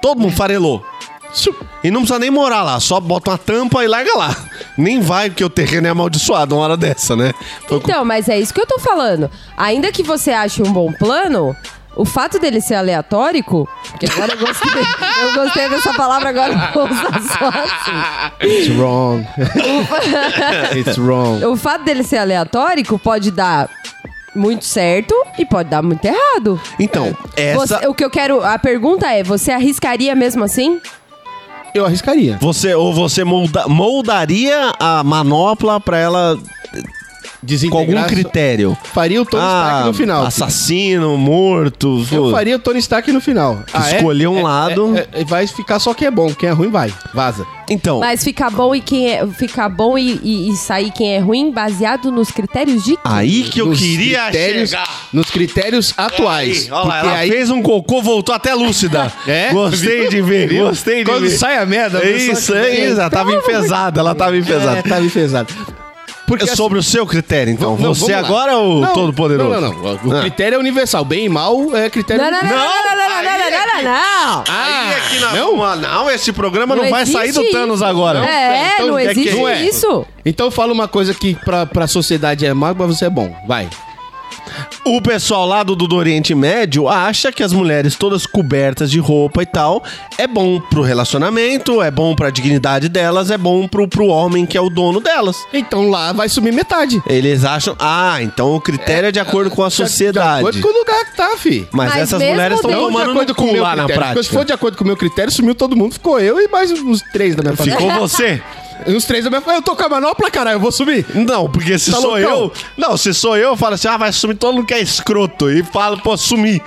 todo mundo farelou. Su- E não precisa nem morar lá, só bota uma tampa e larga lá. Nem vai, porque o terreno é amaldiçoado uma hora dessa, né? Foi com- Então, mas é isso que eu tô falando. Ainda que você ache um bom plano, o fato dele ser aleatório, que agora eu gostei, eu gostei dessa palavra agora *laughs* eu vou usar só assim. It's wrong. *laughs* It's wrong. O fato dele ser aleatório pode dar muito certo e pode dar muito errado. Então, essa. É, Você- o que eu quero, a pergunta é, você arriscaria mesmo assim? Eu arriscaria. Você, ou você molda- moldaria a manopla pra ela com algum Desintegrar- critério. Faria o Tony Stark no final. Ah, Assassino, morto. Eu pô. faria o Tony Stark no final. Ah, Escolher um lado. é- é- vai ficar só quem é bom. Quem é ruim vai. Vaza. Então, Mas ficar bom e quem é, ficar bom e, e- e sair quem é ruim baseado nos critérios de aí que eu Nos queria critérios- chegar. Nos critérios atuais. Aí, olha lá, porque ela aí fez um cocô, voltou até lúcida. *laughs* É? Gostei de ver, gostei de quando ver. sai a merda... a É pessoa isso, que é tem- isso. Ela tava enfesada, ela tava enfesada. É É, tava enfesado. Porque assim, Sobre o seu critério, então. não, você vamos lá. agora é o Não, todo-poderoso? Não, não, não. O Ah. critério é universal. Bem e mal é critério Não, não, não, não, não, não, é não, não, não, não, não. Aí é que na- não? uma- não, esse programa não, Não vai sair do existe Thanos isso. agora. É, Então, não é que- existe não é. isso. Então fala uma coisa que pra, pra sociedade é mal, pra você é bom. Vai. O pessoal lá do, do Oriente Médio acha que as mulheres todas cobertas de roupa e tal é bom pro relacionamento, é bom pra dignidade delas, é bom pro, pro homem que é o dono delas. Então lá vai sumir metade. Eles acham, ah, então o critério é, de acordo com a De sociedade. acordo com o lugar que tá, fi. Mas, Mas essas mesmo mulheres estão dentro- de tomando no com o cu meu lá na critério. prática. Porque Se for de acordo com o meu critério, sumiu todo mundo. Ficou eu e mais uns três da minha família. Ficou *laughs* você? Uns três da minha família. Eu tô com a manopla, caralho. Eu vou subir. Não, porque se Tá sou loucão? eu. Não, se sou eu, eu falo assim: ah, vai sumir todo mundo que é escroto. E falo, pô, sumir.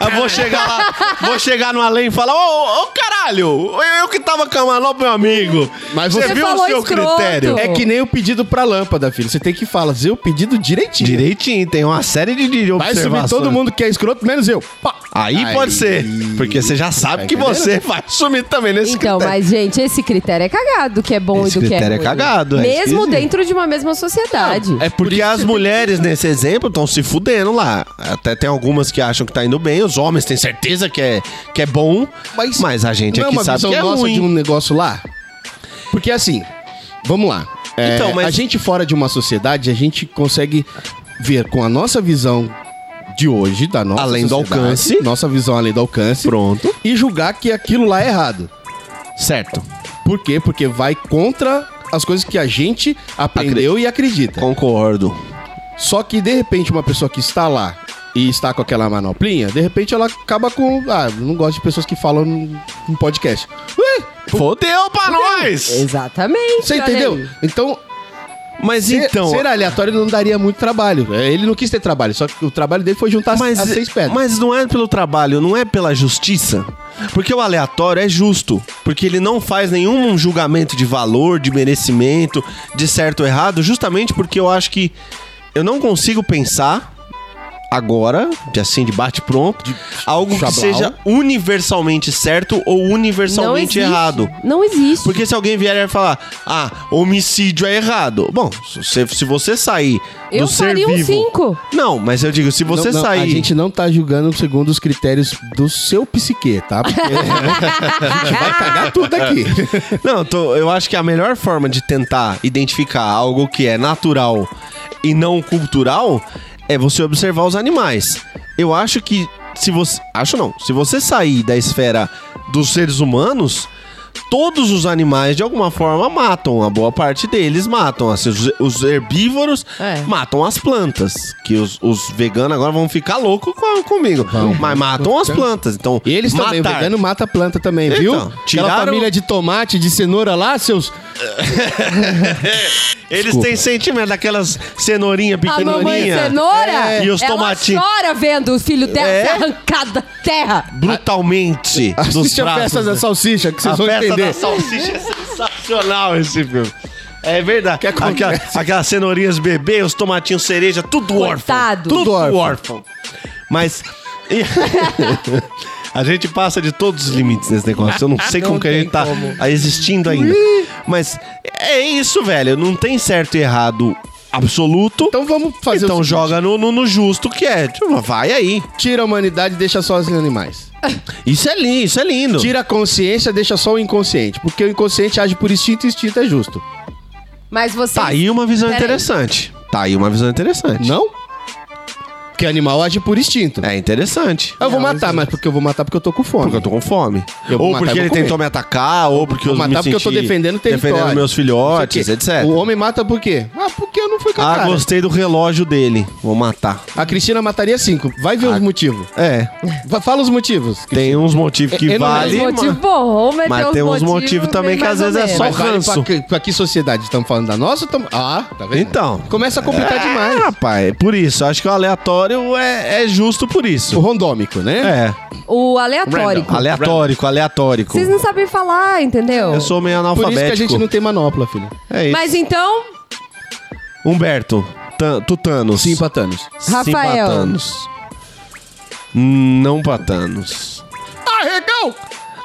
Eu vou chegar lá, vou chegar no além e falar: ô, ô, caralho, eu que tava com a manopla, meu amigo. Mas você você viu o falou seu escroto. critério? É que nem o pedido pra lâmpada, filho. Você tem que fazer o pedido direitinho. Direitinho, tem uma série de de Vai subir observações. todo mundo que é escroto, menos eu. Pá. Aí, pode ser, porque você já sabe Tá que você vai sumir também nesse Então, critério. mas, gente, esse critério é cagado, do que é bom Esse e do que é critério é ruim. cagado, é Mesmo esquisito. dentro de uma mesma sociedade. É porque as mulheres, nesse exemplo, estão se fudendo lá. Até tem algumas que acham que tá indo bem, os homens têm certeza que é, que é bom, mas, Mas- a gente Não é aqui uma sabe visão que é nossa ruim. de um negócio lá? Porque assim, vamos lá. É, Então, mas- A gente fora de uma sociedade, a gente consegue ver com a nossa visão de hoje, da nossa Além do sociedade, alcance. nossa visão além do alcance, Pronto. e julgar que aquilo lá é errado. Certo. Por quê? Porque vai contra as coisas que a gente aprendeu e acredita. Concordo. Só que de repente uma pessoa que está lá e está com aquela manoplinha, de repente ela acaba com, ah, não gosto de pessoas que falam em podcast. Ué, Fodeu pra nós! Exatamente. Você olha entendeu? aí. Então, Mas ser, então. ser aleatório não daria muito trabalho. É, Ele não quis ter trabalho, só que o trabalho dele foi juntar Mas, as seis pedras. mas não é pelo trabalho, não é pela justiça. Porque o aleatório é justo. Porque ele não faz nenhum julgamento de valor, de merecimento, de certo ou errado, justamente porque eu acho que eu não consigo pensar agora, de assim, de bate-pronto, algo chablau. que seja universalmente certo ou Não universalmente existe. errado. Não existe. Porque se alguém vier e falar, ah, homicídio é errado. Bom, se você, se você sair eu do ser faria um vivo... cinco. Não, mas eu digo, se você Não, não, sair... A gente não tá julgando segundo os critérios do seu psiquê, *laughs* tá? Porque a gente vai cagar tudo aqui. *laughs* Não, eu tô- eu acho que a melhor forma de tentar identificar algo que é natural e não cultural é você observar os animais. Eu acho que se você. Acho não. Se você sair da esfera dos seres humanos, todos os animais, de alguma forma, matam. A boa parte deles matam. Assim, os- os herbívoros É. matam as plantas. Que os, os veganos agora vão ficar loucos com- comigo. Mas matam as plantas. Então, E eles também, o matar- vegano mata a planta também, Então, viu? tiraram- Aquela família de tomate, de cenoura lá, seus... Eles têm sentimento daquelas cenourinha A mamãe pequenininha. cenoura, É. E os ela tomatinhos. chora vendo o filho dela É. ser arrancado da terra. Brutalmente. dos Assiste a braços festa da dela. salsicha, que vocês a vão festa da entender. salsicha é sensacional esse filme. É verdade. acontece? Aquela- aquelas cenourinhas bebê, os tomatinhos cereja, tudo órfão. Coitado. Tudo Tudo órfão. órfão. Mas... e- *laughs* a gente passa de todos os limites nesse negócio. Eu não *laughs* sei como que a gente tá existindo ainda. Mas é isso, velho. Não tem certo e errado absoluto. Então, Então vamos fazer o seguinte, joga no, no- no justo que é. Tipo, vai aí. Tira a humanidade e deixa só os animais. Isso é lindo, isso é lindo. Tira a consciência, deixa só o inconsciente. Porque o inconsciente age por instinto e instinto é justo. Mas você. Tá aí uma visão Peraí. interessante. Tá aí uma visão interessante. Não? Porque animal age por instinto. É interessante. Eu vou matar, mas porque eu vou matar porque eu tô com fome. Porque eu tô com fome. Eu vou ou matar, porque eu vou ele comer. tentou me atacar, ou porque eu Vou me matar porque eu tô senti defendendo o território. Defendendo meus filhotes, etc. O homem mata por quê? Ah, porque eu não fui com a Ah, cara. gostei do relógio dele. Vou matar. A Cristina mataria cinco. Vai ver os motivos. É, Va- Fala os motivos. tem uns motivos que É, Eu- eu não Tem vale. uns motivos bom, mas, Mas tem uns motivos também bem que às mais vezes ou é só menos. Mas vale ranço. pra, que, pra que sociedade? Estamos falando da nossa? ou tamo- Ah, tá vendo? Então. Começa a complicar É, tá demais. rapaz, por isso. Acho que o aleatório é, é justo por O isso. rondômico, né? É. O aleatório. Aleatórico, aleatórico. Vocês não sabem falar, entendeu? Eu sou meio Por isso analfabético. que a gente não tem manopla, filho. É isso. Mas então, Humberto, Tan- Tutanos. Sim, Patanos. Rafael. Simpatanos. Hum, Não patanos. Arregão!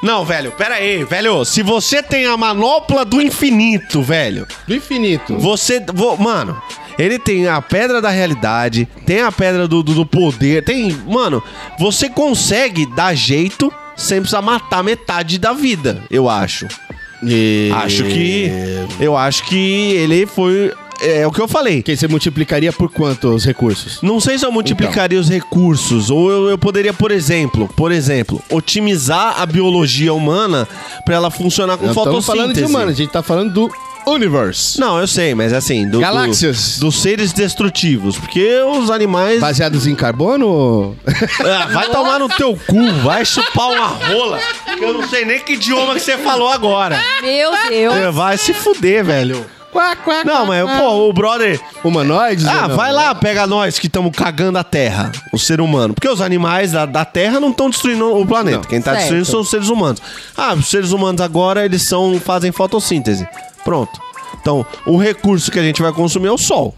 Não, velho, pera aí, velho. Se você tem a manopla do infinito, velho, Do infinito. você. vo- mano, ele tem a pedra da realidade, tem a pedra do, do- do poder, tem. Mano, você consegue dar jeito sem precisar matar metade da vida, eu acho. E- Acho que. Eu acho que ele foi. É o que eu falei. Que você multiplicaria por quanto os recursos? Não sei se eu Então. multiplicaria os recursos, ou eu, eu poderia, por exemplo, por exemplo, otimizar a biologia humana pra ela funcionar com Não estamos fotossíntese. falando de humano, a gente tá falando do universe. Não, eu sei, mas assim, do, Galáxias. do- dos seres destrutivos, porque os animais Baseados em carbono? *laughs* Ah, vai tomar no teu cu, vai chupar uma rola. que eu não sei nem que idioma que você falou agora. meu Deus. Você Vai se fuder, velho. Então- quá, quá, Não, mas pô, o brother, Humanoides? Ah, ou não? vai lá, pega nós que estamos cagando a Terra, o ser humano. Porque os animais da, da Terra não estão destruindo o planeta. Quem está Certo. destruindo são os seres humanos. Ah, os seres humanos agora eles são fazem fotossíntese. Pronto. Então, o recurso que a gente vai consumir é o sol.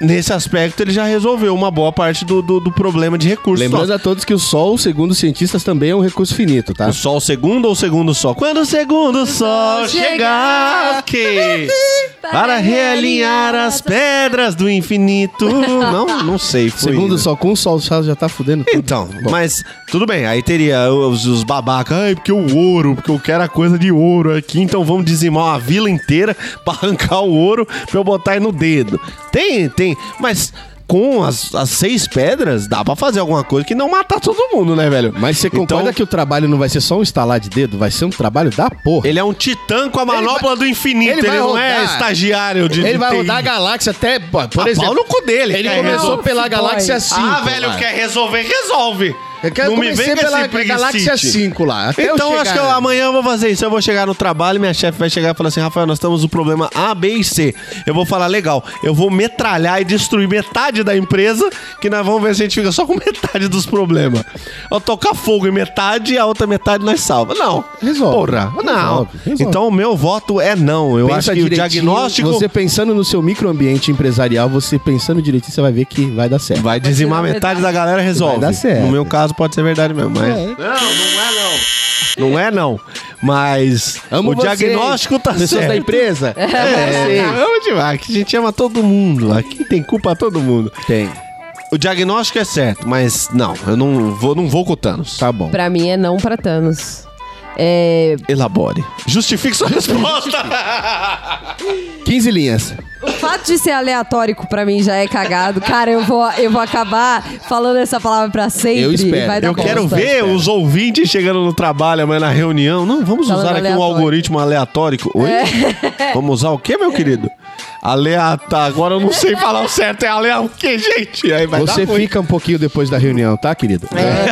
Nesse aspecto, ele já resolveu uma boa parte do, do, do problema de recursos. Lembrando a todos que o Sol, segundo os cientistas, também é um recurso finito, tá? O sol segundo ou o segundo sol? Quando o segundo sol chegar, ok. Para realinhar as pedras do *laughs* infinito. Não, não sei. Foi Segundo o Sol, com o Sol já já tá fudendo tudo. Então, mas tudo bem. Aí teria os, os babacas. Ai, porque o ouro, porque eu quero a coisa de ouro aqui. Então vamos dizimar uma vila inteira *laughs* pra arrancar o ouro pra eu botar aí no dedo. Tem, tem. Mas com as, as seis pedras, dá pra fazer alguma coisa que não matar todo mundo, né, velho? Mas você concorda Então- que o trabalho não vai ser só um instalar de dedo? Vai ser um trabalho da porra. Ele é um titã com a manopla do infinito. Ele, ele vai não é rodar. estagiário de. Ele de vai TI. rodar a galáxia até, pô, por Ah, pau exemplo... no cu dele. Ele quer começou resolver. resolve, pela boy. galáxia 5. Ah, velho, cara. quer resolver, resolve. Eu quero não me comecei vem com pela esse preguicite. galáxia 5 lá. Até assim, eu então, acho que chegar- eu- amanhã eu vou fazer isso. Eu vou chegar no trabalho, minha chefe vai chegar e falar assim: Rafael, nós temos o problema A, B e C. Eu vou falar, legal, eu vou metralhar e destruir metade da empresa, que nós vamos ver se a gente fica só com *laughs* metade dos problemas. Eu tocar fogo em metade e a outra metade nós salva. Não. Resolve. Porra, não. Resolve, resolve. Então, o meu voto é não. Eu Pensa acho que o direitinho, diagnóstico Você pensando no seu microambiente empresarial, você pensando direitinho, você vai ver que vai dar certo. vai dizimar metade da galera, resolve. Vai dar certo. No meu caso, pode ser verdade mesmo, É. mas. Não, não é não. Não é não. Mas Amo o vocês, diagnóstico tá pessoas certo. da empresa. É, vamos demais, que a gente ama todo mundo. Aqui tem culpa é todo mundo. Tem. O diagnóstico é certo, mas não, eu não vou, não vou com o Thanos. Tá bom. Pra mim é não pra Thanos. É, Elabore. Justifique sua *laughs* resposta. 15 linhas. o fato de ser aleatórico pra mim já é cagado. Cara, eu vou, eu vou acabar falando essa palavra pra sempre. Eu espero. e Vai dar Eu quero bosta. ver os ouvintes chegando no trabalho, mas na reunião. Não, vamos Falando usar aqui um aleatório. algoritmo aleatório. Oi? *laughs* Vamos usar o quê, meu querido? Aleata. Agora eu não sei falar o certo. É alea o quê, gente? Aí vai Você dar ruim. fica um pouquinho depois da reunião, tá, querido? É.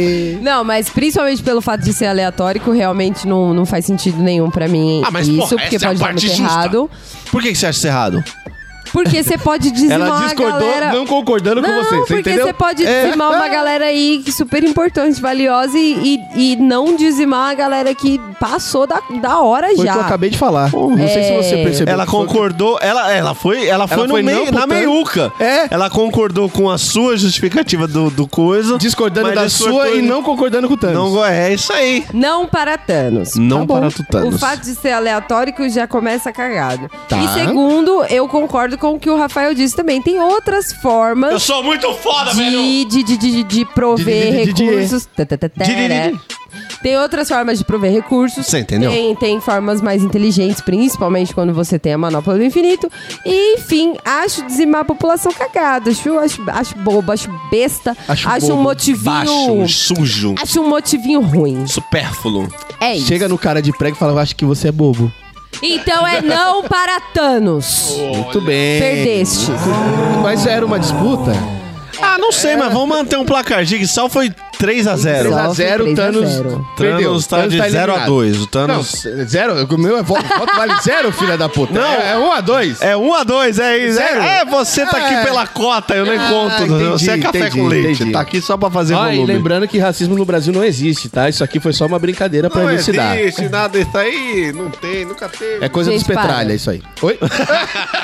*laughs* Não, mas principalmente pelo fato de ser aleatório, realmente não, não faz sentido nenhum pra mim. Ah, mas, isso, porra, porque essa é a pode dar parte muito justa. errado. Por que que você acha isso errado? Porque você pode dizimar Ela a discordou, galera... não concordando com Não, você. Você porque entendeu? É. você pode dizimar uma galera aí que é super importante, valiosa e, e, e não dizimar a galera que passou da, da hora Foi o já. É. que eu acabei de falar. Não sei se você percebeu. Ela Foi o que- concordou, ela, ela foi, ela foi, no foi meio- não, na portanto. meiuca. É. Ela concordou com a sua justificativa do, do coisa. Discordando mas da discordou sua e em- não concordando com o Thanos. Não, é isso aí. Não para Thanos. Não bom. para tutanos. Tá O fato de ser aleatório já começa cagado. Tá. E segundo, eu concordo com o que o Rafael disse também. Tem outras Eu formas sou muito foda, velho. de, de, de, de, de prover De- de- de- de- recursos. Tá, tá, tá, tá, De- de- de- né? Tem outras formas de prover recursos. Você entendeu? Tem, tem formas mais inteligentes, principalmente quando você tem a manopla do infinito. E, enfim, acho dizimar a população cagada. Acho, acho, acho bobo, acho besta. Acho Acho, bobo, um motivinho. Baixo, sujo, Acho um motivinho ruim. supérfluo. É isso. Chega no cara de prego e fala, eu acho que você é bobo. Então é não para Thanos. Muito É. bem. Perdeste. Mas era uma disputa. Ah, não sei, mas vamos manter um placar Só foi 3x0. 3 a 3x0, 0, Thanos. Thanos Perdeu. tá de eliminado. 0 a 2, o Thanos- Não, zero. O meu é voto, voto vale zero, filha da puta. Não. É 1 um a 2. É 1x2, é isso. Sério? É, é, você tá É. aqui pela cota, eu nem Ah, conto. entendi, você é café entendi, com leite. entendi. Tá aqui só pra fazer Ó, e volume. lembrando que racismo no Brasil não existe, tá? Isso aqui foi só uma brincadeira pra não é elucidar. existe nada isso aí, não tem, nunca teve. É coisa Gente, dos petralha, para. isso aí. Oi?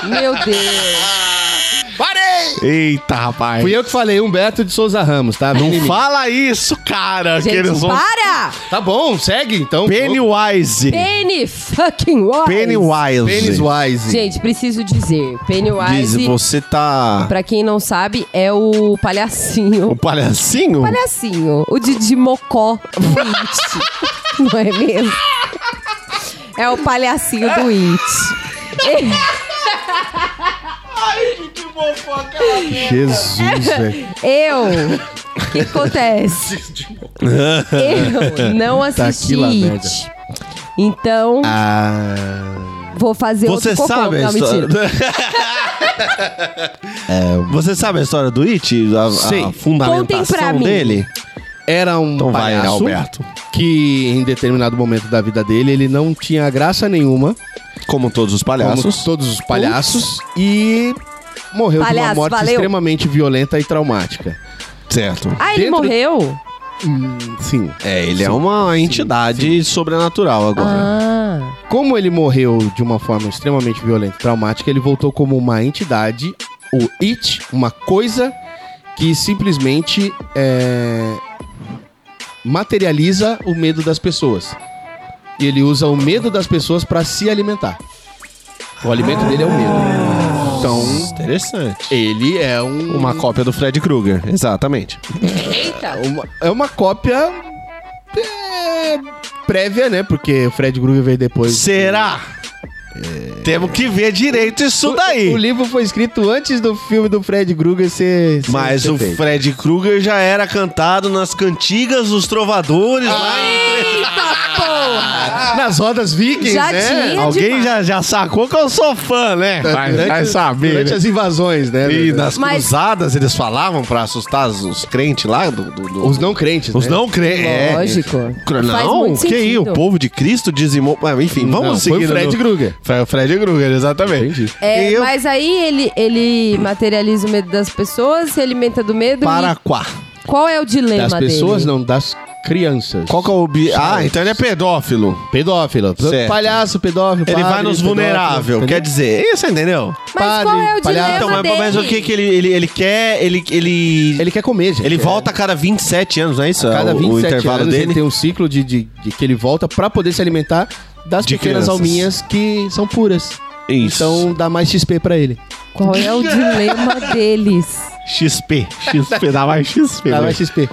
Meu Deus. Parei! Eita, rapaz. *laughs* Fui eu que falei, Humberto de Souza Ramos, tá? Vem em Não mim. fala isso, cara, que Gente, eles vão... para! Tá bom, segue então. Pennywise. Penny fucking Wise. Pennywise. Pennywise. Gente, preciso dizer. Diz, Pennywise, você tá... pra quem não sabe, é o Um palhacinho. palhacinho? Palhacinho. O Didi Mocó do It. *laughs* não é mesmo? É o palhacinho do It. Ele- Jesus, *laughs* velho. Eu. O que acontece? Eu não Tá assisti aqui lá, It. merda. Então, vou fazer Ah. Você outro cocô. sabe a Não, história. *laughs* mentira. É, Você sabe a história do It? A, a Contem Sei. pra fundamentação mim. dele? Era um Então vai, palhaço Alberto. que em determinado momento da vida dele, ele não tinha graça nenhuma, Como todos os como palhaços. todos os palhaços, e morreu de uma Palhaço, morte valeu. extremamente violenta e traumática. Certo. Ah, ele Dentro- morreu? Sim. É, ele é uma entidade sobrenatural agora. Ah. Como ele morreu de uma forma extremamente violenta e traumática, ele voltou como uma entidade, o It, uma coisa que simplesmente é, materializa o medo das pessoas. E ele usa o medo das pessoas pra se alimentar. O alimento dele é o medo. Então, Interessante. ele é um. Uma cópia do Fred Krueger, exatamente. Eita. uma- é uma cópia. é, prévia, né? Porque o Fred Krueger veio depois. Será? Temos que ver direito isso É. O, o daí. livro foi escrito antes do filme do Fred Krueger ser. ser- Mas ser o feito. Fred Krueger já era cantado nas cantigas dos trovadores lá em... Ah, Nas rodas vikings, Já né? tinha. é? Alguém demais. já, já sacou que eu sou fã, né? Durante- Durante né? as invasões, É, né? E nas Mas- cruzadas eles falavam pra assustar os, os crentes lá do... do- do- Os não crentes. Os né? não crentes. é. Lógico. Faz Não, muito que aí, o sentido. povo de Cristo dizimou. Ah, Enfim, vamos Não, seguir. Foi o Fred Krueger. Foi o Fred Krueger, exatamente. Entendi. É, eu Mas aí ele, ele materializa o medo das pessoas, se alimenta do medo. para quá. E qual é o dilema Das pessoas, dele? não, das crianças. Qual que é o bi... Ah, então ele é pedófilo. Pedófilo. Certo. Palhaço, pedófilo. Ele padre, vai nos pedófilo, vulneráveis. entendeu? Quer dizer, é isso, entendeu? Mas qual padre, é o palhaço. dilema Então, mas, dele? mas o que que ele, ele, ele quer? Ele, ele, ele, Ele quer comer, gente. É. volta a cada 27 anos, não é isso? Cada O- 27 o intervalo anos dele. ele tem um ciclo de, de- de que ele volta pra poder se alimentar das De pequenas crianças. alminhas que são puras. Isso. Então dá mais XP pra ele. Qual *laughs* é o dilema deles? *laughs* XP. XP, dá mais XP. Dá né? mais XP.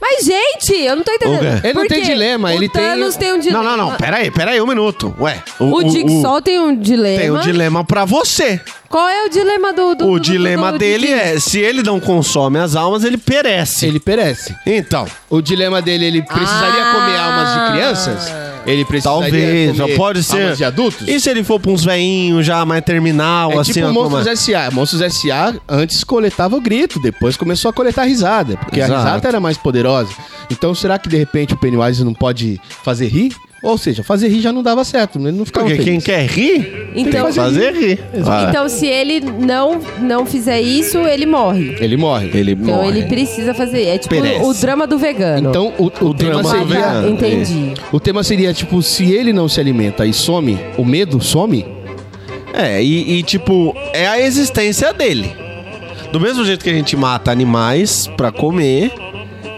Mas, gente, eu não tô entendendo. O quê? Ele não Por tem quê? dilema, o ele tem- Thanos tem... um dilema. Não, não, não. Peraí, peraí um minuto. Ué. O, Dick Sol tem um dilema. Tem um dilema pra você. Qual é o dilema do... do O do- do- dilema do- do dele Dick? é: se ele não consome as almas, ele perece. Ele perece. Então, O dilema dele, ele precisaria Ah. comer almas de crianças? Ele precisaria talvez, comer pode ser. almas de adultos? E se ele for pra uns veinhos já mais terminal, É assim, tipo alguma- Monstros S.A. Monstros S.A. antes coletava o grito, depois começou a coletar a risada, porque a Exato. risada era mais poderosa. Então será que de repente o Pennywise não pode fazer rir? Ou seja, fazer rir já não dava certo, né? ele não ficava Porque feliz. quem quer rir, tem Então, que fazer rir. Ah, então se ele não, não fizer isso, ele morre. Ele morre. ele Então morre. ele precisa fazer. É tipo Perece. o drama do vegano. Então o, o tema drama ah, do tá, seria... vegano. entendi. O tema seria, tipo, se ele não se alimenta e some, o medo some? Então- É, e, e, tipo, é a existência dele. Do mesmo jeito que a gente mata animais pra comer,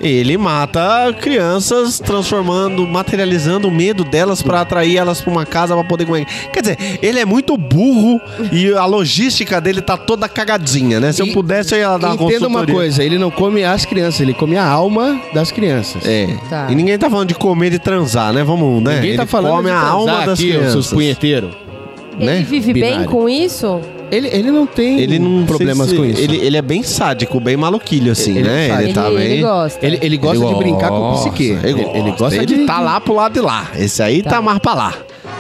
ele mata crianças, transformando, materializando o medo delas pra atrair elas pra uma casa pra poder comer. Quer dizer, ele é muito burro e a logística dele tá toda cagadinha, né? Se eu E- pudesse, eu ia dar uma Entenda consultoria. uma coisa, ele não come as crianças, ele come a alma das crianças. É. Tá. E ninguém tá falando de comer e transar, né? Vamos, né? Ninguém ele tá falando come de a transar alma das aqui, ô, crianças. seus punheteiros. Ele né? vive bem Binário. com isso? Ele, ele não tem Ele não problemas sei se- com isso. Ele, ele é bem sádico, bem maluquilho, assim, Ele- é né? ele Ele, Ele, tá bem. ele gosta. Ele, ele gosta de brincar com o psique. Ele, gosta. ele de- tá lá pro lado de lá. Esse aí tá, Tá. mais pra lá.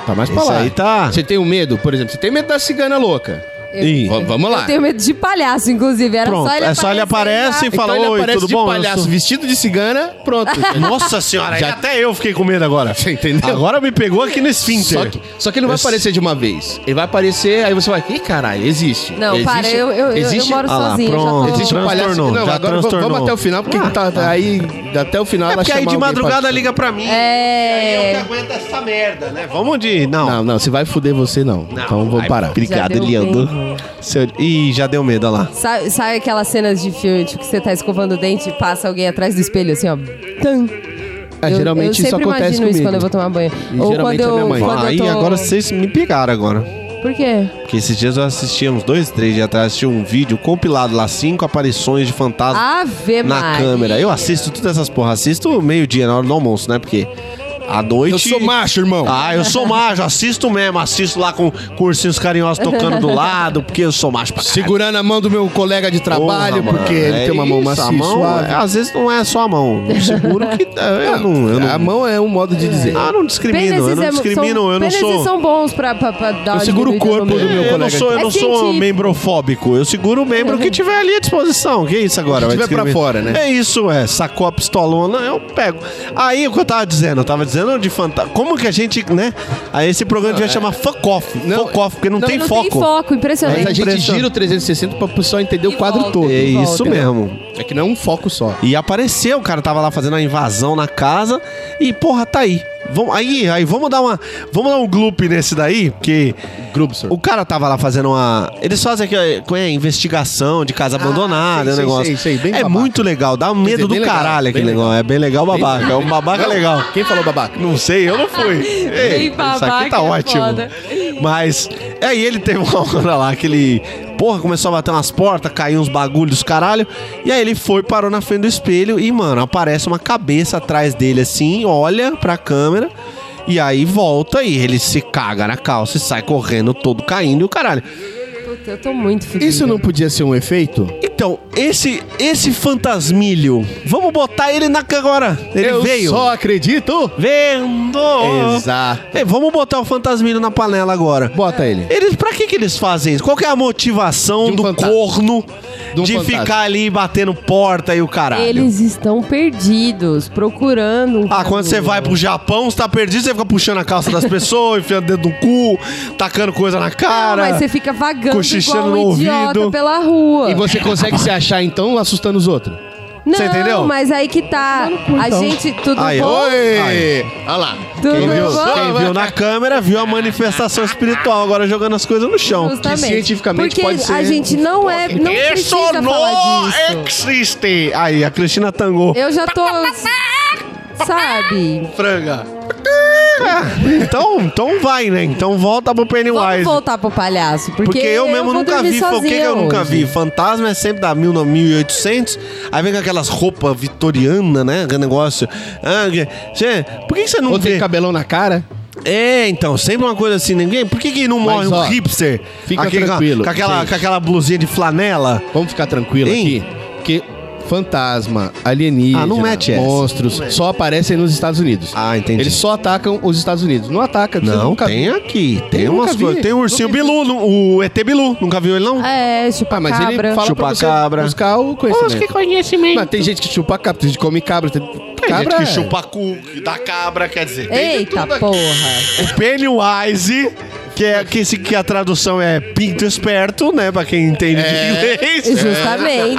Tá mais pra Esse lá. aí tá- Você tem um medo, por exemplo, você tem medo da cigana louca. Eu- Ih, V- vamos Eu lá. tenho medo de palhaço, inclusive. Era Pronto, só ele é só ele aparece e lá. fala, então ele oi, aparece tudo de bom? Eu palhaço sou-" vestido de cigana, pronto. *laughs* Nossa senhora, aí Já- até eu fiquei com medo agora. Você entendeu? Agora me pegou aqui no esfíncter. só, que, só que ele não vai Eu- aparecer de uma vez. Ele vai aparecer, aí você vai, ih, caralho, existe. Não, existe, para, eu, eu, eu- existe, eu moro Ah lá, sozinha. já tá pronto. tô- Existe um palhaço. Transtornou, Não, já agora vamos- transtornou. Ah, vamos até o final, porque tá, aí até o final É ela porque aí chamar de alguém pra- madrugada liga pra mim. É. Eu que aguento essa merda, né? Vamos de. Não. Não, não, você vai fuder você não. então vamos Ai, parar. Obrigado, Já deu Eliando. medo. Seu... Ih, já deu medo, olha lá. Sabe, sabe aquelas cenas de filme, tipo, que você tá escovando o dente e passa alguém atrás do espelho, assim, ó. Tum. Ah, Eu- geralmente eu isso sempre acontece imagino comigo. isso quando eu vou tomar banho. E Ou quando geralmente é eu, minha mãe. quando Aí eu tô... Ah, agora vocês me pegaram agora. Por quê? Porque esses dias eu assistia uns dois, três dias atrás, assistia um vídeo compilado lá, cinco aparições de fantasma Ave na Ah, é Maria. câmera. Eu assisto todas essas porra, assisto meio-dia na hora do almoço, né? Porque à noite. Eu sou macho, então. irmão. Ah, eu sou macho, assisto mesmo, assisto lá com cursinhos carinhosos tocando *laughs* do lado, porque eu sou macho pra caralho. Segurando a mão do meu colega de trabalho, Porra, porque mano, ele é tem uma mão isso, macia a e mão, suave. Às vezes não é só a mão. Eu Seguro que. Eu não. Eu não A mão é um modo de dizer. ah, não discrimino, eu Pênis não é- discrimino, são, eu não pênis sou. são bons pra, pra, pra dar Eu uma seguro o diminuída no corpo do meio. meu Eu não colega sou, eu aqui. não É sou científico. membrofóbico. Eu seguro o membro que tiver ali à disposição. Que é isso agora? vai Que tiver pra discriminar? fora, né? É isso, é. Sacou a pistolona, eu pego. Aí, o que eu tava dizendo? Eu tava dizendo de fantasma. Como que a gente, né? Aí esse programa devia chamar Fuck Off. Não, fuck Off, porque não, não, tem não foco. tem foco, é impressionante. Mas a gente impressionante. gira o 360 pra pessoal entender o E quadro volta. todo. É Volta, isso né? mesmo. É que não é um foco só. E apareceu, o cara tava lá fazendo a invasão na casa e, porra, tá aí. Vamos, aí, aí, vamos dar uma. Vamos dar um gloop nesse daí, porque. Glupser. O cara tava lá fazendo uma. Eles fazem aqui, é, investigação de casa abandonada, é Ah, sei, um sei, negócio. sei, sei, bem é babaca. muito legal, dá um dizer, medo do bem legal, caralho aquele bem legal. negócio. É bem legal babaca. É um babaca legal. Quem falou babaca? Não sei, eu não *laughs* fui. Ei, isso babaca aqui tá é ótimo. foda. Mas. Aí ele teve uma hora lá que ele. Porra, começou a bater umas portas, caiu uns bagulhos, caralho. E aí ele foi, parou na frente do espelho e, mano, aparece uma cabeça atrás dele assim, olha pra câmera. E aí volta e ele se caga na calça e sai correndo todo caindo e o caralho. Puta, eu tô muito fodida. Isso não podia ser um efeito? Então, esse esse fantasmilho, vamos botar ele na agora. Ele eu veio. Oh. só acredito. Vendo! Exato. Ei, vamos botar o fantasmilho na panela agora. Bota ele. Eles, pra que que eles fazem isso? Qual que é a motivação De um do fantasma. corno de, De um fantasma. ficar ali batendo porta e o caralho? Eles estão perdidos, procurando um Ah, quando caminho. você vai pro Japão, você tá perdido, você fica puxando a calça das pessoas, *laughs* enfiando dedo no cu, tacando coisa na Não, cara. mas você fica vagando cochichando igual um no idiota ouvido. pela rua. E *laughs* você consegue se achar então assustando os outros? Não, Você entendeu? mas aí que tá. A gente, tudo Aí, bom? ó. Oi! Olha lá. Tudo Quem viu, bom? quem viu na câmera viu a manifestação espiritual agora jogando as coisas no chão. Justamente. que cientificamente Porque pode ser a um gente não é, não precisa falar disso. não existe! Aí, a Cristina Tangou. Eu já tô, sabe? Franga. Então, então vai, né? Então volta pro Vamos Pennywise. voltar pro palhaço. Porque, Porque eu mesmo vou nunca dormir vi. Foi o que que sozinha eu nunca hoje. vi? Fantasma é sempre da 1900, 1800. Aí vem com aquelas roupas vitorianas, né? Que negócio. Ah, que- cê- por que que você não Ou tem vê? cabelão na cara? É, então, sempre uma coisa assim, ninguém. Por que, que não morre um ó, hipster? fica Aquele com a- tranquilo, Com aquela, gente. com aquela blusinha de flanela. Vamos ficar tranquilo Hein? aqui? Porque fantasma, alienígena, Ah, não mete essa. monstros só aparecem nos Estados Unidos. Ah, entendi. Eles só atacam os Estados Unidos. Não ataca, você Não, nunca tem viu. aqui. Tem Eu umas nunca vi. coisas. Tem o ursinho Nunca vi. Bilu, no- o ET Bilu. Nunca viu ele, não? É, Ah, chupa mas ele fala pra você Chupacabra. buscar o conhecimento. Busque conhecimento. Mas tem gente que chupa cabra, tem gente que come cabra. Tem, Tem cabra gente é- que chupa cu da cabra, quer dizer. É, Eita porra. O Pennywise, que, é, que, esse- que a tradução é pinto esperto, né? Pra quem entende de inglês. Justamente.